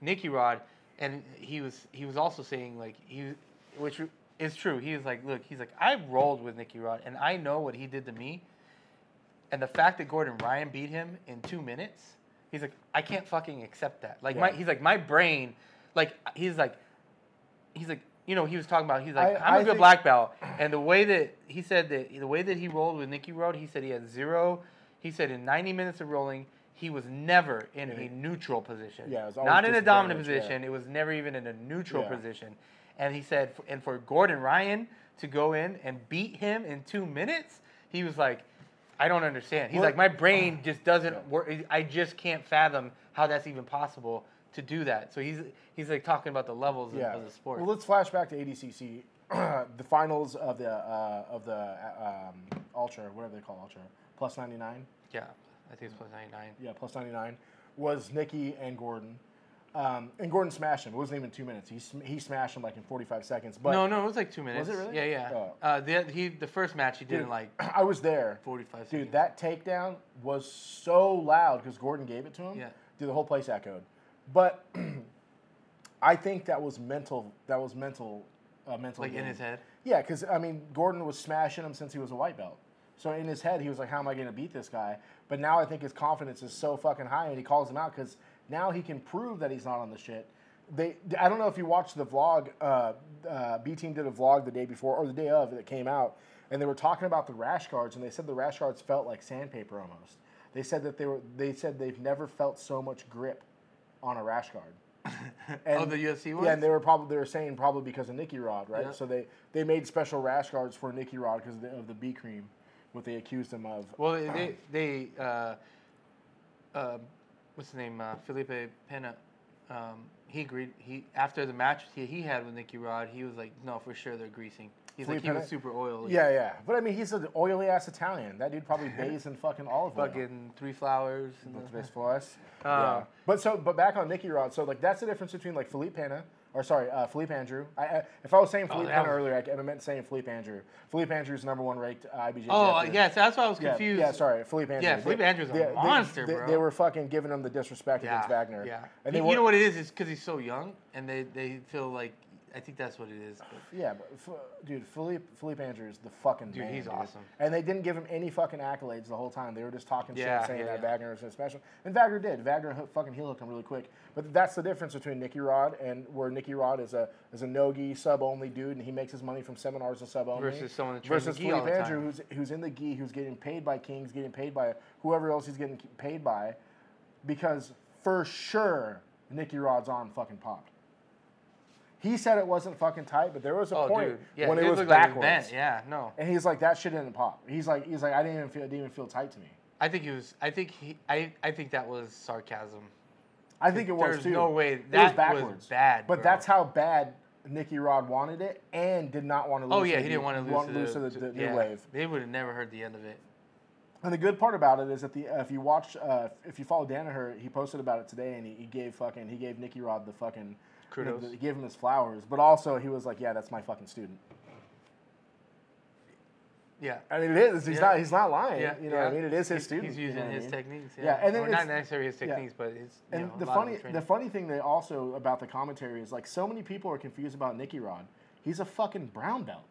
S1: Nicky Rod, and he was he was also saying like he, which is true. He was like, look, he's like I rolled with Nicky Rod, and I know what he did to me. And the fact that Gordon Ryan beat him in two minutes, he's like, I can't fucking accept that. Like my,
S2: Yeah.
S1: he's like my brain, like he's like, he's like, you know, he was talking about he's like,
S2: I-
S1: I, am a
S2: I
S1: good
S2: think-
S1: black belt, and the way that he said that the way that he rolled with Nicky Road, he said he had zero. He said in 90 minutes of rolling, he was never in a neutral position.
S2: Yeah, it was always
S1: not in a dominant
S2: disadvantage,
S1: position. It was never even in a neutral
S2: Yeah.
S1: position. And he said, and for Gordon Ryan to go in and beat him in two minutes, he was like, I don't understand. He's
S2: Well-
S1: like, my brain just doesn't work. I just can't fathom how that's even possible to do that. So he's he's like talking about the levels of-
S2: Yeah.
S1: of the sport.
S2: Well, let's flash back to ADCC, the finals of the uh, of the uh, um, Ultra, whatever they call Ultra, plus ninety nine.
S1: yeah, I think it's plus 99.
S2: Yeah, plus ninety nine was Nikki and Gordon. Um, and Gordon smashed him. It wasn't even two minutes. He, sm- he smashed him like in 45 seconds. But
S1: no, no, it was like two minutes.
S2: it really?
S1: Yeah, yeah.
S2: Oh.
S1: Uh, the he the first match he did in like
S2: I was there.
S1: 45
S2: Dude,
S1: seconds.
S2: that takedown was so loud because Gordon gave it to him.
S1: Yeah.
S2: Dude, the whole place echoed. But I think that was mental. That was mental. Uh, mental.
S1: like in
S2: game.
S1: his head.
S2: Yeah, because I mean, Gordon was smashing him since he was a white belt. So in his head, he was like, "How am I going to beat this guy?" But now I think his confidence is so fucking high, and he calls him out because now he can prove that he's not on the shit. They, I don't know if you watched the vlog. Uh, uh, B Team did a vlog the day before or the day of that came out, and they were talking about the rash guards, and they said the rash guards felt like sandpaper almost. They said that they were. They said they've never felt so much grip on a rash guard. And-
S1: oh, the UFC one.
S2: yeah, and they were probably they were saying probably because of Nicky Rod, right?
S1: Yeah.
S2: So they they made special rash guards for Nicky Rod because of the, of the B cream, what they accused him of.
S1: Well, they they, they uh, uh, what's his name? Uh, Felipe Pena. Um, he agreed. He after the match he, he had with Nicky Rod, he was like, no, for sure they're greasing. He's
S2: Felipe
S1: like he was
S2: Pena?
S1: super oily.
S2: yeah, yeah, but I mean he's an oily ass Italian. That dude probably bathes in fucking olive oil.
S1: Fucking three flowers. And
S2: That's
S1: the,
S2: best for us.
S1: Uh,
S2: yeah. But so but back on Nicky Rod, so like that's the difference between like Philippe Pena or sorry uh, Philippe Andrew. I, I, if I was saying Philippe
S1: Oh, that
S2: Pena
S1: was-
S2: earlier, I, I meant saying Philippe Andrew. Philippe Andrew's number one ranked uh, IBJ.
S1: oh uh,
S2: champion.
S1: yeah, so that's why I was
S2: Yeah,
S1: confused.
S2: Yeah, sorry, Philippe Andrew.
S1: Yeah, Philippe Andrew's a monster,
S2: they,
S1: bro.
S2: They were fucking giving him the disrespect
S1: Yeah,
S2: against Wagner.
S1: Yeah, you,
S2: and they
S1: you
S2: were,
S1: know what it is? It's because he's so young, and they, they feel like I think that's what it is. but-
S2: Yeah, but f- dude, Philippe Philippe Andrews, the fucking
S1: Dude,
S2: man,
S1: he's awesome.
S2: And they didn't give him any fucking accolades the whole time. They were just talking
S1: Yeah,
S2: shit, saying
S1: yeah,
S2: that
S1: yeah.
S2: Wagner was so special, and Wagner did. Wagner hook, fucking heel hooked him really quick. But that's the difference between Nicky Rod and where Nicky Rod is a is a nogi sub only dude, and he makes his money from seminars and sub only.
S1: Versus someone that trains
S2: versus
S1: the gi all
S2: Philippe
S1: the
S2: Andrew,
S1: time.
S2: who's who's in the gi, who's getting paid by Kings, getting paid by whoever else he's getting paid by, because for sure Nicky Rod's arm fucking popped. He said it wasn't fucking tight, but there was a
S1: Oh,
S2: point
S1: dude. Yeah,
S2: when it
S1: did
S2: was
S1: look like
S2: backwards.
S1: bent. Yeah, no.
S2: And he's like, that shit didn't pop. He's like, he's like, I didn't even feel, it didn't even feel tight to me.
S1: I think he was. I think he. I, I think that was sarcasm.
S2: I think it was
S1: There's
S2: too.
S1: no way-
S2: It
S1: that was bad,
S2: But
S1: bro.
S2: that's how bad Nicky Rod wanted it and did not want to. lose
S1: Oh yeah,
S2: to
S1: he
S2: the-
S1: didn't want to lose,
S2: lose to the, the new
S1: yeah.
S2: wave.
S1: They would have never heard the end of it.
S2: And the good part about it is that the uh, if you watch uh, if you follow Danaher, he posted about it today, and he, he gave fucking he gave Nicky Rod the fucking you know,
S1: Kudos.
S2: the- he gave him his flowers, but also he was like, yeah, that's my fucking student.
S1: Yeah.
S2: I mean, it is. He's
S1: Yeah.
S2: not. He's not lying.
S1: Yeah,
S2: you know, what I
S1: yeah.
S2: mean, it is his
S1: He-
S2: student.
S1: He's
S2: you know
S1: using
S2: what I
S1: his
S2: mean?
S1: techniques. Yeah,
S2: Yeah, and then
S1: or not
S2: it's-
S1: necessarily his techniques, but it's you
S2: And
S1: know, a
S2: the
S1: lot of
S2: funny, the
S1: training.
S2: funny thing they also about the commentary is like so many people are confused about Nicky Rod. He's a fucking brown belt.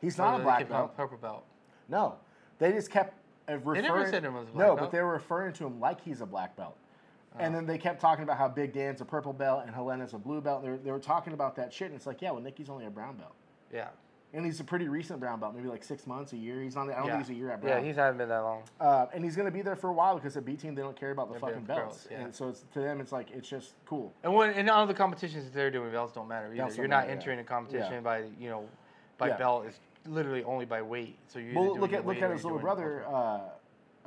S2: He's
S1: Oh,
S2: not
S1: they
S2: a black
S1: kept on
S2: belt.
S1: Purple belt.
S2: No, they just kept uh, referring.
S1: never said him was a black
S2: no, but
S1: belt. Oh.
S2: they were referring to him like he's a black belt. And then they kept talking about how Big Dan's a purple belt and Helena's a blue belt. They were, they were talking about that shit, and it's like, yeah, well, Nicky's only a brown belt,
S1: Yeah.
S2: and he's a pretty recent brown belt, maybe like six months, a year. He's not. I don't
S1: yeah.
S2: think he's a year at brown.
S1: Yeah, he's haven't been that long.
S2: Uh, and he's going to be there for a while because at B Team they don't care about the
S1: big
S2: fucking
S1: girls,
S2: belts.
S1: yeah.
S2: And so it's, to them, it's like, it's just cool.
S1: And when in all the competitions that they're doing, belts don't matter either.
S2: Belts don't
S1: You're not
S2: matter, yeah.
S1: entering a competition
S2: Yeah.
S1: by you know by
S2: Yeah.
S1: belt. It's literally only by weight. So you
S2: Well, look at look at his little brother. Uh,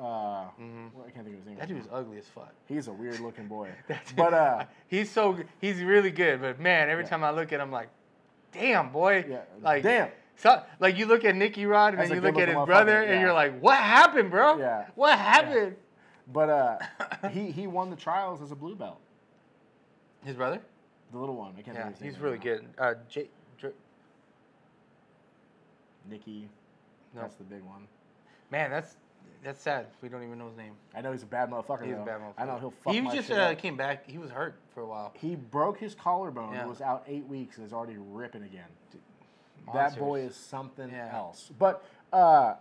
S2: uh, well, I can't think of his
S1: Mm-hmm.
S2: name.
S1: That
S2: right
S1: dude's ugly as fuck.
S2: now. He's a weird looking boy. but uh,
S1: He's so g- he's really good, but man, every time I look at him, like, damn boy,
S2: Yeah,
S1: like
S2: damn.
S1: So, like you look at Nicky Rod and
S2: That's
S1: then you
S2: a good
S1: look at
S2: looking
S1: his
S2: motherfucker,
S1: brother and
S2: yeah.
S1: you're like, what happened, bro?
S2: Yeah.
S1: What happened?
S2: but uh, he he won the trials as a blue belt.
S1: His brother?
S2: The little one. I can't
S1: Yeah,
S2: think of his
S1: he's
S2: name
S1: really
S2: right
S1: good. Uh, J- Dr-
S2: now. Nikki.
S1: No.
S2: That's the big one.
S1: man, that's that's sad. We don't even know his name.
S2: I know he's a bad motherfucker.
S1: He's a
S2: though.
S1: bad motherfucker.
S2: I know he'll fuck
S1: He
S2: my
S1: just
S2: shit
S1: uh,
S2: up.
S1: came back. He was hurt for a while.
S2: He broke his collarbone.
S1: Yeah.
S2: and was out eight weeks and is already ripping again.
S1: Monsters.
S2: That boy is something
S1: Yeah.
S2: else. But uh,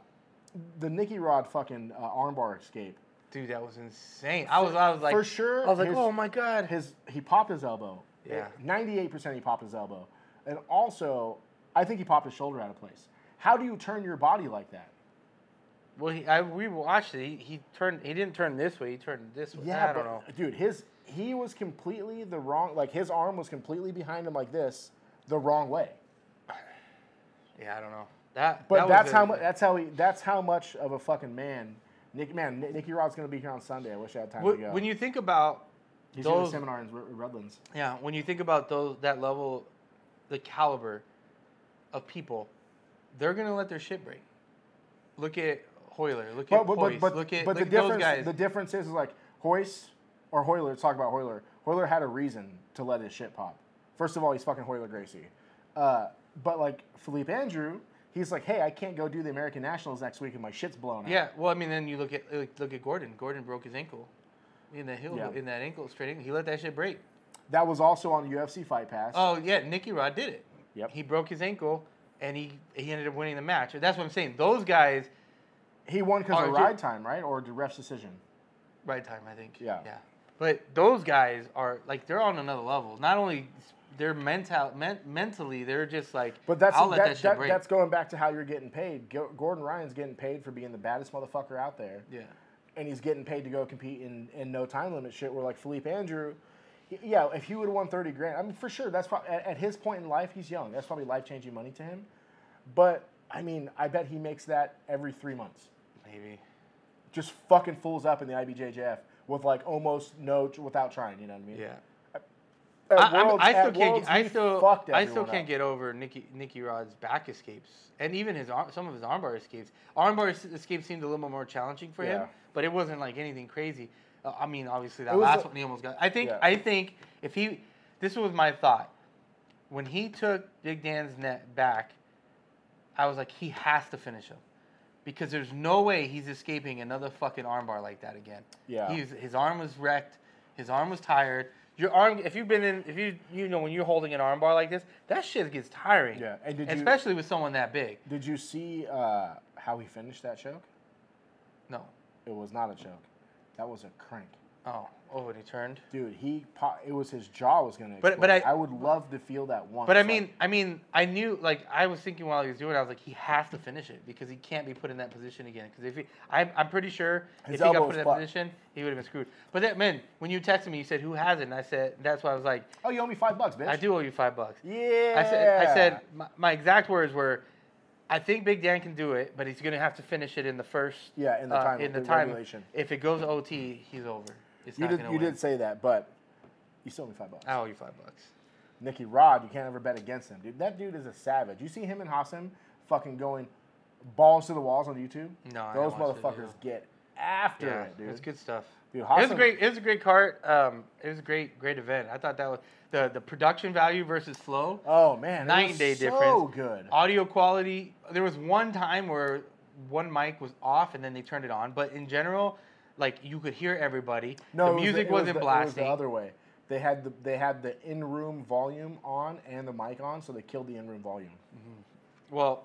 S2: the Nicky Rod fucking uh, armbar escape.
S1: dude. That was insane. I was, I was like,
S2: for sure,
S1: I was like,
S2: his-
S1: oh my god.
S2: His he popped his elbow.
S1: Yeah.
S2: Ninety-eight percent he popped his elbow, and also I think he popped his shoulder out of place. How do you turn your body like that?
S1: Well, he, I, we watched it. He, he turned. He didn't turn this way. He turned this way. I don't
S2: but-
S1: know.
S2: dude, his he was completely the wrong. Like his arm was completely behind him like this, the wrong way.
S1: Yeah, I don't know. That.
S2: But
S1: that was
S2: that's
S1: a-
S2: how much. That's how he. That's how much of a fucking man. Nick, man, Nick- Nicky Rod's gonna be here on Sunday. I wish I had time to
S1: When,
S2: go.
S1: when you think about
S2: He's doing a
S1: those,
S2: seminar in Ru- Redlands.
S1: yeah, when you think about those that level, the caliber of people, they're gonna let their shit break. Look at Hoyler. Look at
S2: But, but,
S1: Hoyce,
S2: but, but,
S1: look at,
S2: but
S1: look
S2: the
S1: at those
S2: difference
S1: guys.
S2: the difference is, is like Hoist or Hoyler. Let's talk about Hoyler. Hoyler had a reason to let his shit pop. First of all, he's fucking Hoyler Gracie. Uh, but like Philippe Andrew, he's like, hey, I can't go do the American Nationals next week, and my shit's blown out.
S1: Yeah, well, I mean, then you look at like, look at Gordon. Gordon broke his ankle in that heel,
S2: Yeah.
S1: in that ankle straight. Ankle. He let that shit break.
S2: That was also on UFC Fight Pass.
S1: Oh yeah, Nicky Rod did it.
S2: Yep.
S1: He broke his ankle, and he he ended up winning the match. That's what I'm saying. Those guys,
S2: he won because
S1: oh,
S2: of
S1: dude.
S2: ride time, right, or the ref's decision.
S1: right time, I think.
S2: Yeah.
S1: Yeah. But those guys are like they're on another level. Not only they're mental, men, mentally, they're just like.
S2: But that's
S1: I'll let
S2: that-
S1: that, shit
S2: that-
S1: break.
S2: that's going back to how you're getting paid. Go- Gordon Ryan's getting paid for being the baddest motherfucker out there.
S1: yeah.
S2: and he's getting paid to go compete in, in no time limit shit. Where like Philippe Andrew, y- yeah, if he would have won thirty grand, I mean for sure that's probably at, at his point in life he's young. That's probably life changing money to him. But I mean, I bet he makes that every three months.
S1: Maybe.
S2: Just fucking fools up in the IBJJF with like almost no without trying. You know what I mean?
S1: Yeah.
S2: At
S1: I, I'm-
S2: Worlds-
S1: I
S2: at
S1: still can't.
S2: Worlds,
S1: Get, I
S2: he
S1: still.
S2: fucked
S1: I still
S2: everyone
S1: can't
S2: up.
S1: get over Nicky Nicky Rod's back escapes and even his arm, some of his armbar escapes. Armbar es- escapes seemed a little more challenging for him,
S2: Yeah.
S1: but it wasn't like anything crazy. Uh, I mean, obviously that
S2: was
S1: last
S2: a-
S1: one he almost got. I think.
S2: Yeah.
S1: I think if he, this was my thought, when he took Big Dan's net back, I was like, he has to finish him. Because there's no way he's escaping another fucking armbar like that again.
S2: Yeah.
S1: He's, his arm was wrecked. His arm was tired. Your arm, if you've been in, if you, you know, when you're holding an armbar like this, that shit gets tiring.
S2: Yeah, and did you-
S1: Especially with someone that big.
S2: Did you see uh, how he finished that choke?
S1: No.
S2: It was not a choke. That was a crank.
S1: Oh, oh, and he turned.
S2: Dude, he po- it was his jaw was gonna.
S1: But-
S2: explode.
S1: but I-
S2: would love to feel that once.
S1: But I
S2: like-
S1: mean, I mean, I knew like I was thinking while he was doing, it, I was like, he has to finish it because he can't be put in that position again. Because if he, I'm, I'm pretty sure
S2: His
S1: if he got put in
S2: elbow was
S1: that
S2: fucked.
S1: position, he would have been screwed. But that man, when you texted me, you said who has it, and I said that's why I was like,
S2: oh, you owe me five bucks, bitch.
S1: I do owe you five bucks.
S2: Yeah.
S1: I said, I said, my, my exact words were, I think Big Dan can do it, but he's gonna have to finish it in the first. uh,
S2: Yeah, in the time-
S1: in the,
S2: the
S1: time.
S2: regulation.
S1: If it goes OT, he's over. It's
S2: You
S1: not
S2: did.
S1: gonna
S2: You
S1: win.
S2: did say that, but you still owe me five bucks.
S1: I owe you five bucks.
S2: Nicky Rod, you can't ever bet against him, dude. That dude is a savage. You see him and Hassan fucking going Balls to the Walls on YouTube.
S1: No, I
S2: those
S1: haven't watched it,
S2: motherfuckers get after
S1: Yeah,
S2: it, dude.
S1: it's good stuff.
S2: Dude,
S1: It was a
S2: Hassan-
S1: great. It was a great cart. Um, it was a great, great event. I thought that was the the production value versus flow,
S2: Oh man, it
S1: nine
S2: was
S1: day
S2: so
S1: difference.
S2: good.
S1: audio quality. There was one time where one mic was off and then they turned it on, but in general, like you could hear everybody.
S2: No,
S1: the music
S2: it was
S1: not
S2: the, It was
S1: blasting.
S2: the other way. They had the they had the in room volume on and the mic on, so they killed the in room volume.
S1: well,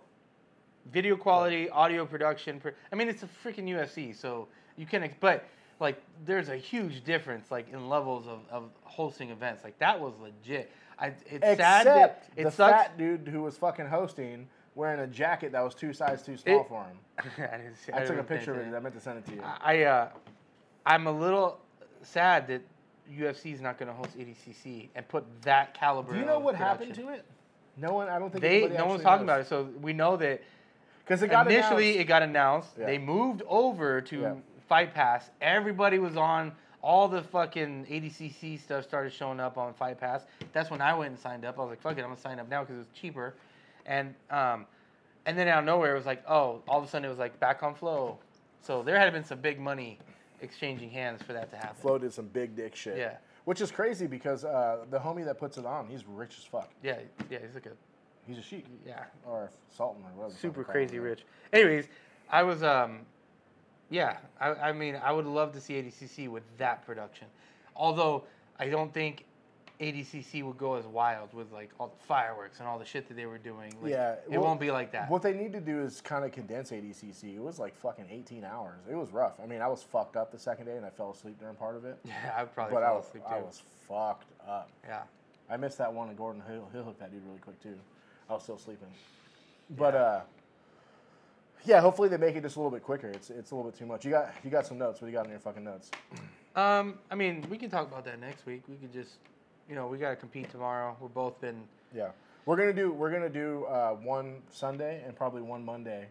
S1: video quality, audio production. Pr- I mean, it's a freaking UFC, so you can. Ex- but like, there's a huge difference, like in levels of, of hosting events. Like that was legit. I, it's sad that
S2: Except
S1: it
S2: the
S1: sucks.
S2: fat dude who was fucking hosting wearing a jacket that was two sizes too small
S1: It-
S2: for him.
S1: I, didn't see-
S2: I, took a
S1: didn't pay
S2: picture of it.
S1: attention.
S2: I meant to send it to you.
S1: I, uh, I'm a little sad that UFC is not going to host ADCC and put that caliber.
S2: Do you know
S1: of
S2: what
S1: production.
S2: happened to it? No one. I don't think
S1: They, no one's talking about it, so we know that
S2: because it got
S1: initially
S2: announced-
S1: it got announced.
S2: Yeah.
S1: They moved over to
S2: Yeah.
S1: Fight Pass. Everybody was on. All the fucking ADCC stuff started showing up on Fight Pass. That's when I went and signed up. I was like, "Fuck it, I'm gonna sign up now because it was cheaper." And um, and then out of nowhere, it was like, "Oh, all of a sudden it was like back on Flow." So there had been some big money exchanging hands for that to happen.
S2: Flo did some big dick shit.
S1: Yeah.
S2: Which is crazy because uh, the homie that puts it on, he's rich as fuck.
S1: Yeah, yeah, he's like a
S2: He's a sheik
S1: yeah,
S2: or a sultan or whatever. the fuck
S1: super
S2: they call
S1: crazy
S2: him.
S1: rich. Anyways, I was um, yeah, I, I mean, I would love to see ADCC with that production. Although I don't think ADCC would go as wild with like all the fireworks and all the shit that they were doing. Like,
S2: Yeah,
S1: it
S2: well,
S1: won't be like that.
S2: What they need to do is kind of condense ADCC. It was like fucking 18 hours. It was rough. I mean, I was fucked up the second day and I fell asleep during part of it.
S1: yeah, I would probably
S2: But I
S1: fall
S2: was,
S1: asleep too.
S2: I was fucked up.
S1: yeah,
S2: I missed that one, and Gordon Hill, Hill hooked that dude really quick too. I was still sleeping, but uh, yeah. Hopefully they make it just a little bit quicker. It's it's a little bit too much. You got you got some notes. What do you got in your fucking notes?
S1: um, I mean, we can talk about that next week. We could just, you know, we gotta compete tomorrow. We're both been.
S2: Yeah, we're gonna do we're gonna do uh, one Sunday and probably one Monday.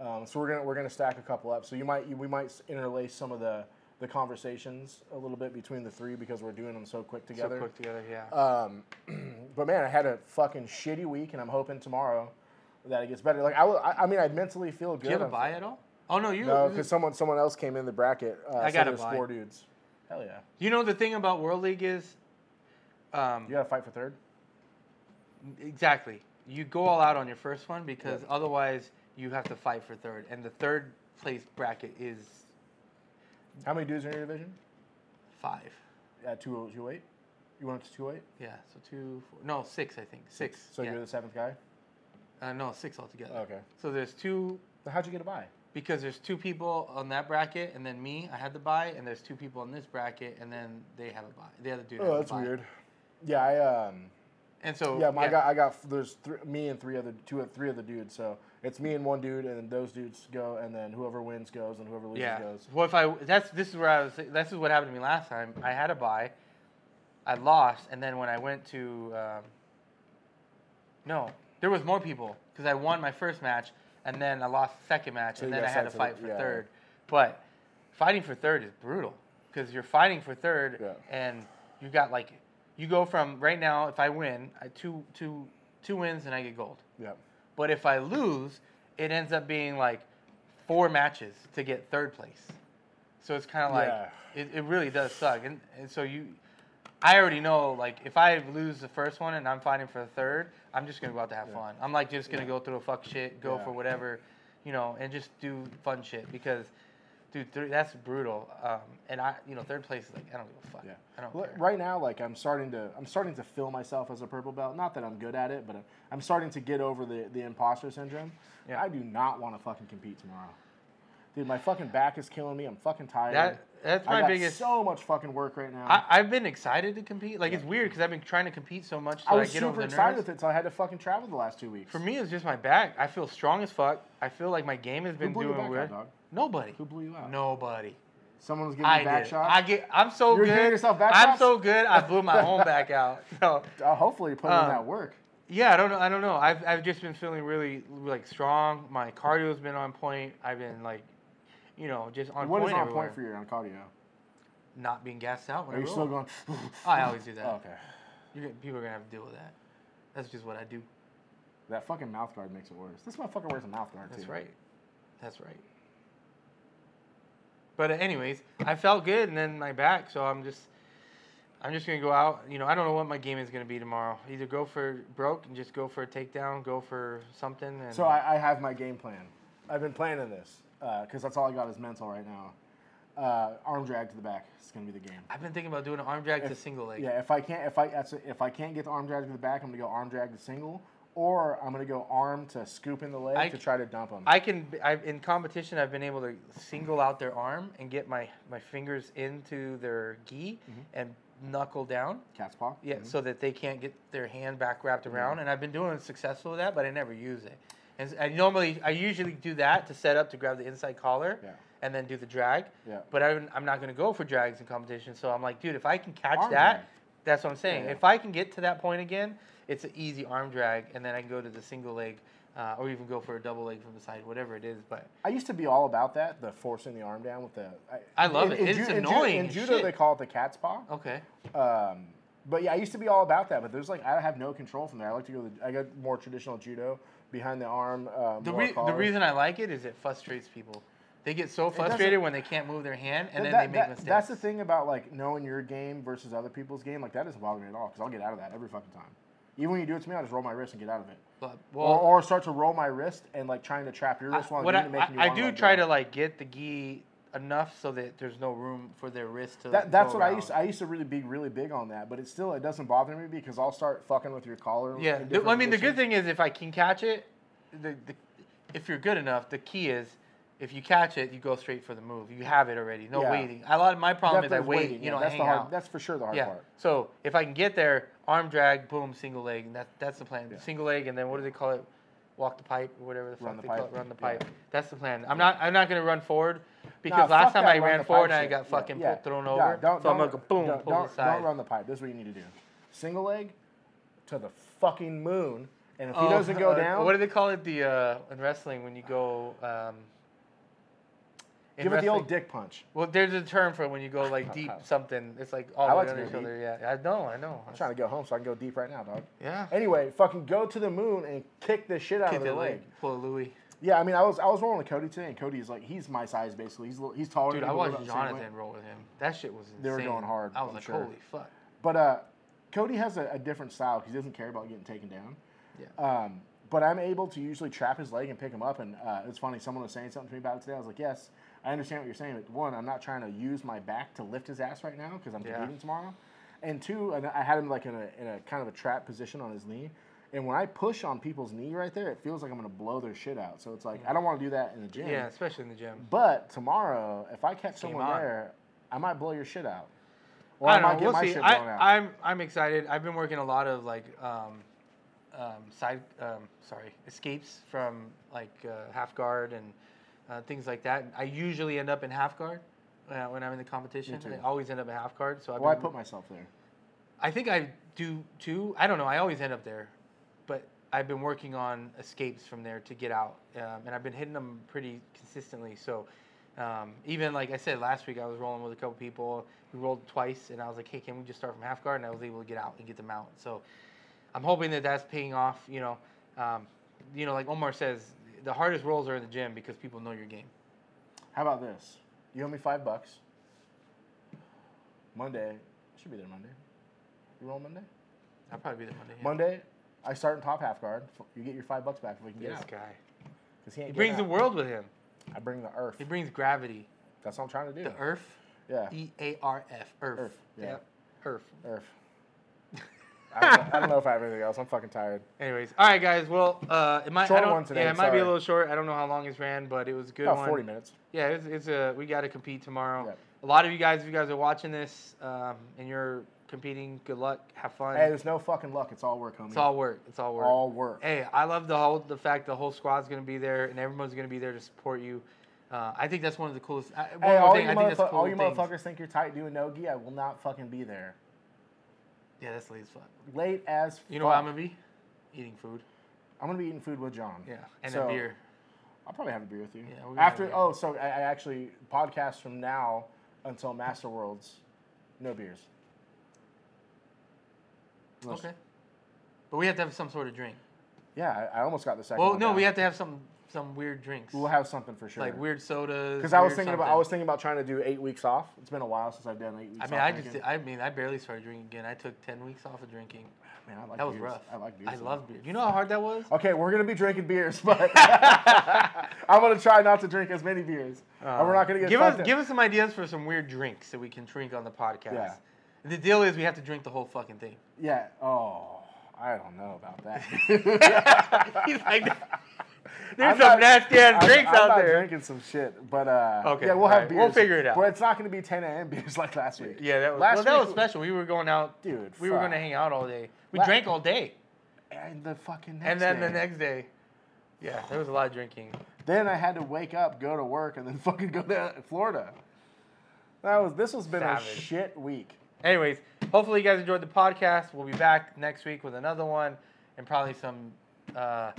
S2: Um, so we're gonna we're gonna stack a couple up. So you might you, we might s- interlace some of the the conversations a little bit between the three because we're doing them so quick
S1: So
S2: together.
S1: quick together, yeah.
S2: Um, but man, I had a fucking shitty week, and I'm hoping tomorrow that it gets better. Like I, will- I, I mean, I mentally feel good.
S1: Do you have a
S2: I'm-
S1: buy at all? Oh no, you.
S2: No, because someone someone else came in the bracket. Uh,
S1: I
S2: so
S1: got a
S2: there's
S1: buy.
S2: four dudes. Hell yeah!
S1: You know the thing about World League is, um,
S2: You got to fight for third.
S1: exactly. You go all out on your first one because otherwise you have to fight for third, and the third place bracket is
S2: How many dudes are in your division?
S1: five.
S2: At two oh, two eight. You went up to two oh eight.
S1: Yeah, so two, four, no, six, I think six.
S2: So
S1: yeah.
S2: you're Oh. the seventh guy.
S1: uh, no six altogether.
S2: Okay.
S1: So there's two
S2: So how'd you get a buy?
S1: because there's two people on that bracket, and then me, I had the buy, and there's two people in this bracket, and then they have a buy. The other dude. has
S2: Oh,
S1: a
S2: that's
S1: bye.
S2: weird. Yeah, I um.
S1: And so
S2: Yeah, my guy. I got there's three, me and three other two three other dudes. So it's me and one dude, and those dudes go, and then whoever wins goes, and whoever loses
S1: Yeah.
S2: goes.
S1: Well, if I that's this is where I was. This is what happened to me last time. I had a buy, I lost, and then when I went to, um, no, there was more people because I won my first match, and then I lost the second match, and
S2: you
S1: then I
S2: got
S1: had to
S2: sent to the-
S1: fight for
S2: yeah.
S1: third. But fighting for third is brutal because you're fighting for third,
S2: Yeah.
S1: and you got like, you go from right now. If I win, I two two two wins, and I get gold.
S2: Yeah.
S1: But if I lose, it ends up being like four matches to get third place. So it's kind of like
S2: Yeah.
S1: it, it really does suck. And, and so you, I already know like if I lose the first one and I'm fighting for the third, I'm just gonna go out to have fun. I'm like just gonna go through a fuck shit, go
S2: Yeah.
S1: for whatever, you know, and just do fun shit because. Dude, th- that's brutal. Um, and I, you know, third place is like I don't give a fuck.
S2: Yeah.
S1: I don't
S2: Well,
S1: care.
S2: Right now, like I'm starting to, I'm starting to feel myself as a purple belt. Not that I'm good at it, but I'm, I'm starting to get over the the imposter syndrome.
S1: Yeah.
S2: I do not want to fucking compete tomorrow, dude. My fucking back is killing me. I'm fucking tired.
S1: That that's
S2: I
S1: my
S2: got
S1: biggest.
S2: so much fucking work right now.
S1: I, I've been excited to compete. Like it's weird because I've been trying to compete so much. So
S2: I was
S1: get over
S2: super
S1: the
S2: excited
S1: nerves.
S2: with it until I had to fucking travel the last two weeks.
S1: For me, it's just my back. I feel strong as fuck. I feel like my game has been
S2: blew your
S1: doing
S2: back
S1: weird.
S2: out, dog?
S1: Nobody.
S2: Who blew you out?
S1: Nobody.
S2: Someone was giving
S1: I
S2: me back
S1: did.
S2: shots.
S1: I get. I'm so
S2: You were
S1: good.
S2: giving yourself back
S1: I'm
S2: shots?
S1: so good. I blew my own back out. So
S2: Uh, hopefully, you put in
S1: Um,
S2: that work.
S1: yeah, I don't know. I don't know. I've I've just been feeling really like strong. My cardio's been on point. I've been like, you know, just on
S2: What
S1: point
S2: is on
S1: everywhere.
S2: point for you on cardio?
S1: Not being gassed out. When
S2: Are
S1: I
S2: you still
S1: roll.
S2: going?
S1: I always do that.
S2: okay.
S1: You're, gonna- people are gonna have to deal with that. That's just what I do.
S2: That fucking mouth guard makes it worse. This motherfucker wears a mouth guard
S1: That's
S2: too.
S1: right. That's right. But anyways, I felt good, and then my back. So I'm just, I'm just gonna go out. You know, I don't know what my game is gonna be tomorrow. Either go for broke and just go for a takedown, go for something. And
S2: So I, I have my game plan. I've been planning this because that's all I got is mental right now. Uh, arm drag to the back. It's gonna be the game.
S1: I've been thinking about doing an arm drag to single leg.
S2: Yeah, if I can't, if I that's it. if I can't get the arm drag to the back, I'm gonna go arm drag to single, or I'm gonna go arm to scoop in the leg
S1: I-
S2: to try to dump him.
S1: I can. I in competition, I've been able to single out their arm and get my my fingers into their gi
S2: Mm-hmm.
S1: and knuckle down.
S2: Cat's paw. Mm-hmm.
S1: Yeah, so that they can't get their hand back wrapped around. And I've been doing successful with that, but I never use it. And s- I normally, I usually do that to set up to grab the inside collar
S2: Yeah.
S1: and then do the drag.
S2: Yeah.
S1: But I'm, I'm not going to go for drags in competition. So I'm like, dude, if I can catch
S2: Arm
S1: that,
S2: drag.
S1: that's what I'm saying.
S2: yeah.
S1: If I can get to that point again, it's an easy arm drag, and then I can go to the single leg uh, or even go for a double leg from the side, whatever it is. But
S2: I used to be all about that, the forcing the arm down with the.
S1: I love it. It's
S2: Ju- Ju-
S1: annoying
S2: In
S1: as
S2: judo,
S1: shit.
S2: they call it the cat's paw.
S1: okay.
S2: Um, but yeah, I used to be all about that. But there's like I have no control from there. I like to go. The, I got more traditional judo behind the arm. Uh,
S1: The,
S2: more
S1: re- the
S2: collar.
S1: reason I like it is it frustrates people. They get so frustrated when they can't move their hand, and
S2: Th-
S1: then
S2: that-
S1: they make
S2: that-
S1: mistakes.
S2: That's the thing about like knowing your game versus other people's game. Like that doesn't bother me at all because I'll get out of that every fucking time. Even when you do it to me, I just roll my wrist and get out of it.
S1: But-
S2: or, or start to roll my wrist and like trying to trap your wrist while
S1: what
S2: you're
S1: I,
S2: doing it, making you
S1: I, I
S2: wanna
S1: do
S2: let
S1: try
S2: go.
S1: to like get the gi enough so that there's no room for their wrist to.
S2: That,
S1: go
S2: that's what I
S1: around.
S2: used. To, I used to really be really big on that, but it still it doesn't bother me because I'll start fucking with your collar.
S1: yeah,
S2: in
S1: th-
S2: different
S1: I mean the good
S2: positions.
S1: thing is if I can catch it, the, the if you're good enough, the key is if you catch it, you go straight for the move. You have it already. No
S2: Yeah.
S1: waiting. A lot of my problem is I
S2: Definitely
S1: wait.
S2: waiting,
S1: you
S2: yeah,
S1: know,
S2: that's
S1: I
S2: the
S1: hang
S2: hard.
S1: out.
S2: That's for sure the hard
S1: yeah.
S2: part.
S1: So if I can get there, arm drag, boom, single leg, and that that's the plan. Single leg, and then what do they call it? Walk the pipe, or whatever the fuck
S2: Run the
S1: they call
S2: pipe.
S1: it. Run the
S2: Yeah.
S1: pipe. That's the plan. I'm not. I'm not gonna run forward because
S2: Nah,
S1: last
S2: fuck
S1: time
S2: that
S1: I
S2: run
S1: ran
S2: the
S1: forward
S2: pipe
S1: and I
S2: shit.
S1: got fucking
S2: Yeah,
S1: pulled- thrown
S2: yeah,
S1: over.
S2: don't-
S1: so I'm gonna
S2: don't-
S1: go boom,
S2: don't,
S1: pull
S2: don't,
S1: the side.
S2: Don't run the pipe. This is what you need to do. Single leg to the fucking moon, and if he
S1: Oh,
S2: doesn't go
S1: uh,
S2: down,
S1: What do they call it? The uh, in wrestling when you go. Um, in
S2: give it the
S1: wrestling-
S2: old dick punch.
S1: Well, there's a term for it when you go like deep something. It's like all
S2: I
S1: the
S2: like
S1: way
S2: to
S1: under each
S2: go
S1: other. Yeah, I know, I know.
S2: I'm trying to go home so I can go deep right now, dog.
S1: Yeah.
S2: Anyway, fucking go to the moon and kick the shit out
S1: Kick
S2: of the
S1: the
S2: leg.
S1: leg, pull a Louis.
S2: Yeah, I mean, I was I was rolling with Cody today, and Cody is like he's my size basically. He's a little- he's taller.
S1: Dude,
S2: than
S1: I
S2: me, but we're
S1: watched
S2: about the same weight.
S1: Jonathan roll with him. That shit was insane.
S2: They were going hard,
S1: I was
S2: I'm
S1: like,
S2: sure.
S1: holy fuck.
S2: But uh, Cody has a, a different style because he doesn't care about getting taken down.
S1: Yeah.
S2: Um, but I'm able to usually trap his leg and pick him up. And uh, it's funny, someone was saying something to me about it today. I was like, yes, I understand what you're saying. But one, I'm not trying to use my back to lift his ass right now because I'm
S1: Yeah.
S2: competing tomorrow. And two, and I had him like in a, in a kind of a trap position on his knee. And when I push on people's knee right there, it feels like I'm going to blow their shit out. So it's like, I don't want to do that in the gym.
S1: Mm. Yeah. especially in the gym.
S2: But tomorrow, if I catch
S1: Game
S2: someone
S1: on.
S2: there, I might blow your shit out. Or
S1: I
S2: I,
S1: don't
S2: might
S1: know.
S2: get
S1: We'll
S2: my
S1: see.
S2: shit blown out.
S1: I, I'm I'm excited. I've been working a lot of like um, um, side um, sorry escapes from like uh, half guard and uh, things like that. I usually end up in half guard uh, when I'm in the competition.
S2: too.
S1: I always end up in half guard. So I've
S2: Well, I
S1: been-
S2: put myself there.
S1: I think I do too. I don't know. I always end up there, but I've been working on escapes from there to get out, um, and I've been hitting them pretty consistently. So, um, even like I said last week, I was rolling with a couple people. We rolled twice, and I was like, "Hey, can we just start from half guard?" And I was able to get out and get them out. So, I'm hoping that that's paying off. You know, um, you know, like Omar says, the hardest rolls are in the gym because people know your game.
S2: How about this? You owe me five bucks. Monday, I should be there Monday. You roll Monday?
S1: I'll probably be there Monday. yeah.
S2: Monday, I start in top half guard. F- You get your five bucks back if we can get
S1: This
S2: out.
S1: guy,
S2: 'Cause he ain't
S1: he
S2: getting
S1: brings the
S2: out.
S1: world with him.
S2: I bring the earth.
S1: He brings gravity,
S2: That's what I'm trying to do.
S1: the earth.
S2: Yeah.
S1: E A R F. Earth.
S2: Earth, yeah.
S1: Yep. Earth.
S2: Earth. I, don't, I don't know if I have anything else. I'm fucking tired.
S1: Anyways, all right, guys. Well, uh, it might. I
S2: Short
S1: don't,
S2: one today,
S1: Yeah, it might be a
S2: sorry.
S1: little short. I don't know how long it's ran, but it was a good
S2: About
S1: one.
S2: 40 minutes.
S1: Yeah, it's, it's a. We got to compete tomorrow.
S2: Yep.
S1: A lot of you guys, if you guys are watching this, um, and you're competing, good luck. Have fun.
S2: Hey, there's no fucking luck. It's all work, homie.
S1: it's all work. It's all work.
S2: All work.
S1: Hey, I love the whole the fact the whole squad's gonna be there and everyone's gonna be there to support you. Uh, I think that's one of the coolest. I, one
S2: Hey,
S1: more
S2: all
S1: thing,
S2: you,
S1: I think that's
S2: motherfu- all
S1: cool
S2: you
S1: things.
S2: motherfuckers think you're tight doing no gi, I will not fucking be there.
S1: Yeah, that's late as fuck.
S2: Late as
S1: You know what
S2: fuck.
S1: I'm gonna be? Eating food.
S2: I'm gonna be eating food with John.
S1: Yeah, and
S2: So-
S1: a beer.
S2: I'll probably have a beer with you.
S1: Yeah, we're gonna
S2: After
S1: have a beer.
S2: oh, so I, I actually podcast from now until Master Worlds, no beers. Unless-
S1: Okay. But we have to have some sort of drink.
S2: Yeah, I, I almost got the second.
S1: Well,
S2: one
S1: no,
S2: down.
S1: we have to have some some weird drinks,
S2: We'll have something for sure.
S1: like weird sodas.
S2: Because I was
S1: weird
S2: thinking about I
S1: something.
S2: was thinking about trying to do eight weeks off. It's been a while since I've done eight weeks.
S1: I mean,
S2: off
S1: I just,
S2: drinking.
S1: I mean, I barely started drinking again. I took ten weeks off of drinking.
S2: Man, I like
S1: That was
S2: beers.
S1: rough.
S2: I like beers.
S1: I
S2: Oh, a lot.
S1: love beer. You know how hard that was?
S2: Okay, we're gonna be drinking beers, but I'm gonna try not to drink as many beers, and oh, we're not gonna get
S1: Uh, give us
S2: fucked up.
S1: give us some ideas for some weird drinks that we can drink on the podcast.
S2: Yeah.
S1: The deal is we have to drink the whole fucking thing.
S2: Yeah. Oh, I don't know about that.
S1: He's like, there's
S2: I'm
S1: some
S2: not-
S1: nasty ass
S2: I'm-
S1: drinks
S2: I'm
S1: out
S2: not
S1: there.
S2: Drinking some shit, but uh,
S1: Okay,
S2: yeah, we'll have
S1: alright,
S2: beers.
S1: we'll figure it out.
S2: But it's not gonna be 10 a.m. beers like last week.
S1: Yeah, that was
S2: last
S1: well, that was
S2: week-
S1: special. We were going out,
S2: Dude,
S1: We were
S2: fuck.
S1: going to hang out all day. We
S2: La-
S1: drank all day,
S2: And the fucking next
S1: and then the
S2: day.
S1: next day, yeah, there was a lot of drinking.
S2: Then I had to wake up, go to work, and then fucking go to Florida. That was this has been
S1: Savage.
S2: a shit week.
S1: Anyways, hopefully you guys enjoyed the podcast. We'll be back next week with another one, and probably some. Uh,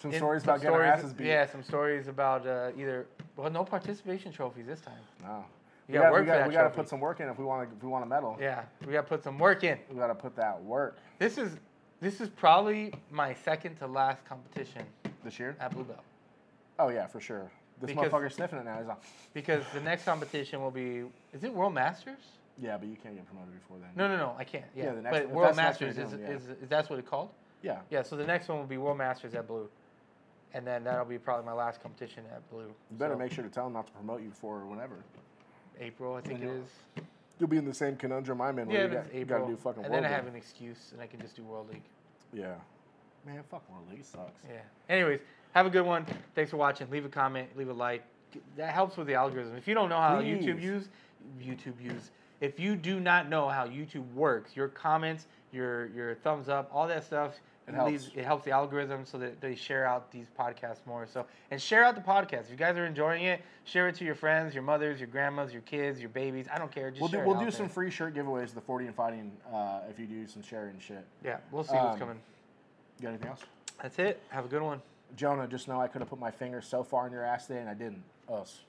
S2: Some
S1: in-
S2: stories
S1: some
S2: about getting our asses beat.
S1: Yeah, some stories about uh, either well, no participation trophies this time.
S2: No.
S1: You
S2: We
S1: gotta
S2: got
S1: work
S2: we
S1: for that
S2: got we got to
S1: trophy.
S2: put some work in if we want to if we want to medal.
S1: Yeah, we gotta put some work in.
S2: We got to put that work
S1: This is this is probably my second to last competition
S2: this year.
S1: at Blue Bell
S2: Oh yeah, for sure. This
S1: Because-
S2: motherfucker's sniffing it now. He's like,
S1: because the next competition will be is it World Masters?
S2: yeah, but you can't get promoted before then.
S1: No, no, no, I can't. Yeah,
S2: Yeah, the next-
S1: but
S2: if
S1: World
S2: that's the next one
S1: Masters is,
S2: you're doing,
S1: is, is that's what it's called.
S2: Yeah.
S1: Yeah, so the next one will be World Masters at Blue, and then that'll be probably my last competition at Blue.
S2: You better
S1: So,
S2: make sure to tell him not to promote you before or whenever.
S1: April, I think it
S2: When you-
S1: is.
S2: You'll be in the same conundrum I'm in.
S1: Yeah,
S2: Where
S1: but it's
S2: you got,
S1: April,
S2: to do fucking
S1: and
S2: World
S1: then I
S2: League.
S1: have an excuse, and I can just do World League.
S2: Yeah. Man, fuck World League sucks.
S1: Yeah. Anyways, have a good one. Thanks for watching. Leave a comment. Leave a like. That helps with the algorithm. If you don't know how
S2: Please.
S1: YouTube use, YouTube use. If you do not know how YouTube works, your comments, your your thumbs up, all that stuff,
S2: It
S1: leaves-
S2: helps.
S1: it helps the algorithm so that they share out these podcasts more. So and share out the podcast. If you guys are enjoying it, share it to your friends, your mothers, your grandmas, your kids, your babies. I don't care. Just
S2: We'll do
S1: share it
S2: we'll
S1: out
S2: do
S1: there.
S2: some free shirt giveaways to the 40 and fighting uh, if you do some sharing shit.
S1: Yeah, we'll see what's
S2: um,
S1: coming.
S2: You got anything else?
S1: That's it. Have a good one.
S2: Jonah, just know I could have put my finger so far in your ass today and I didn't. Us.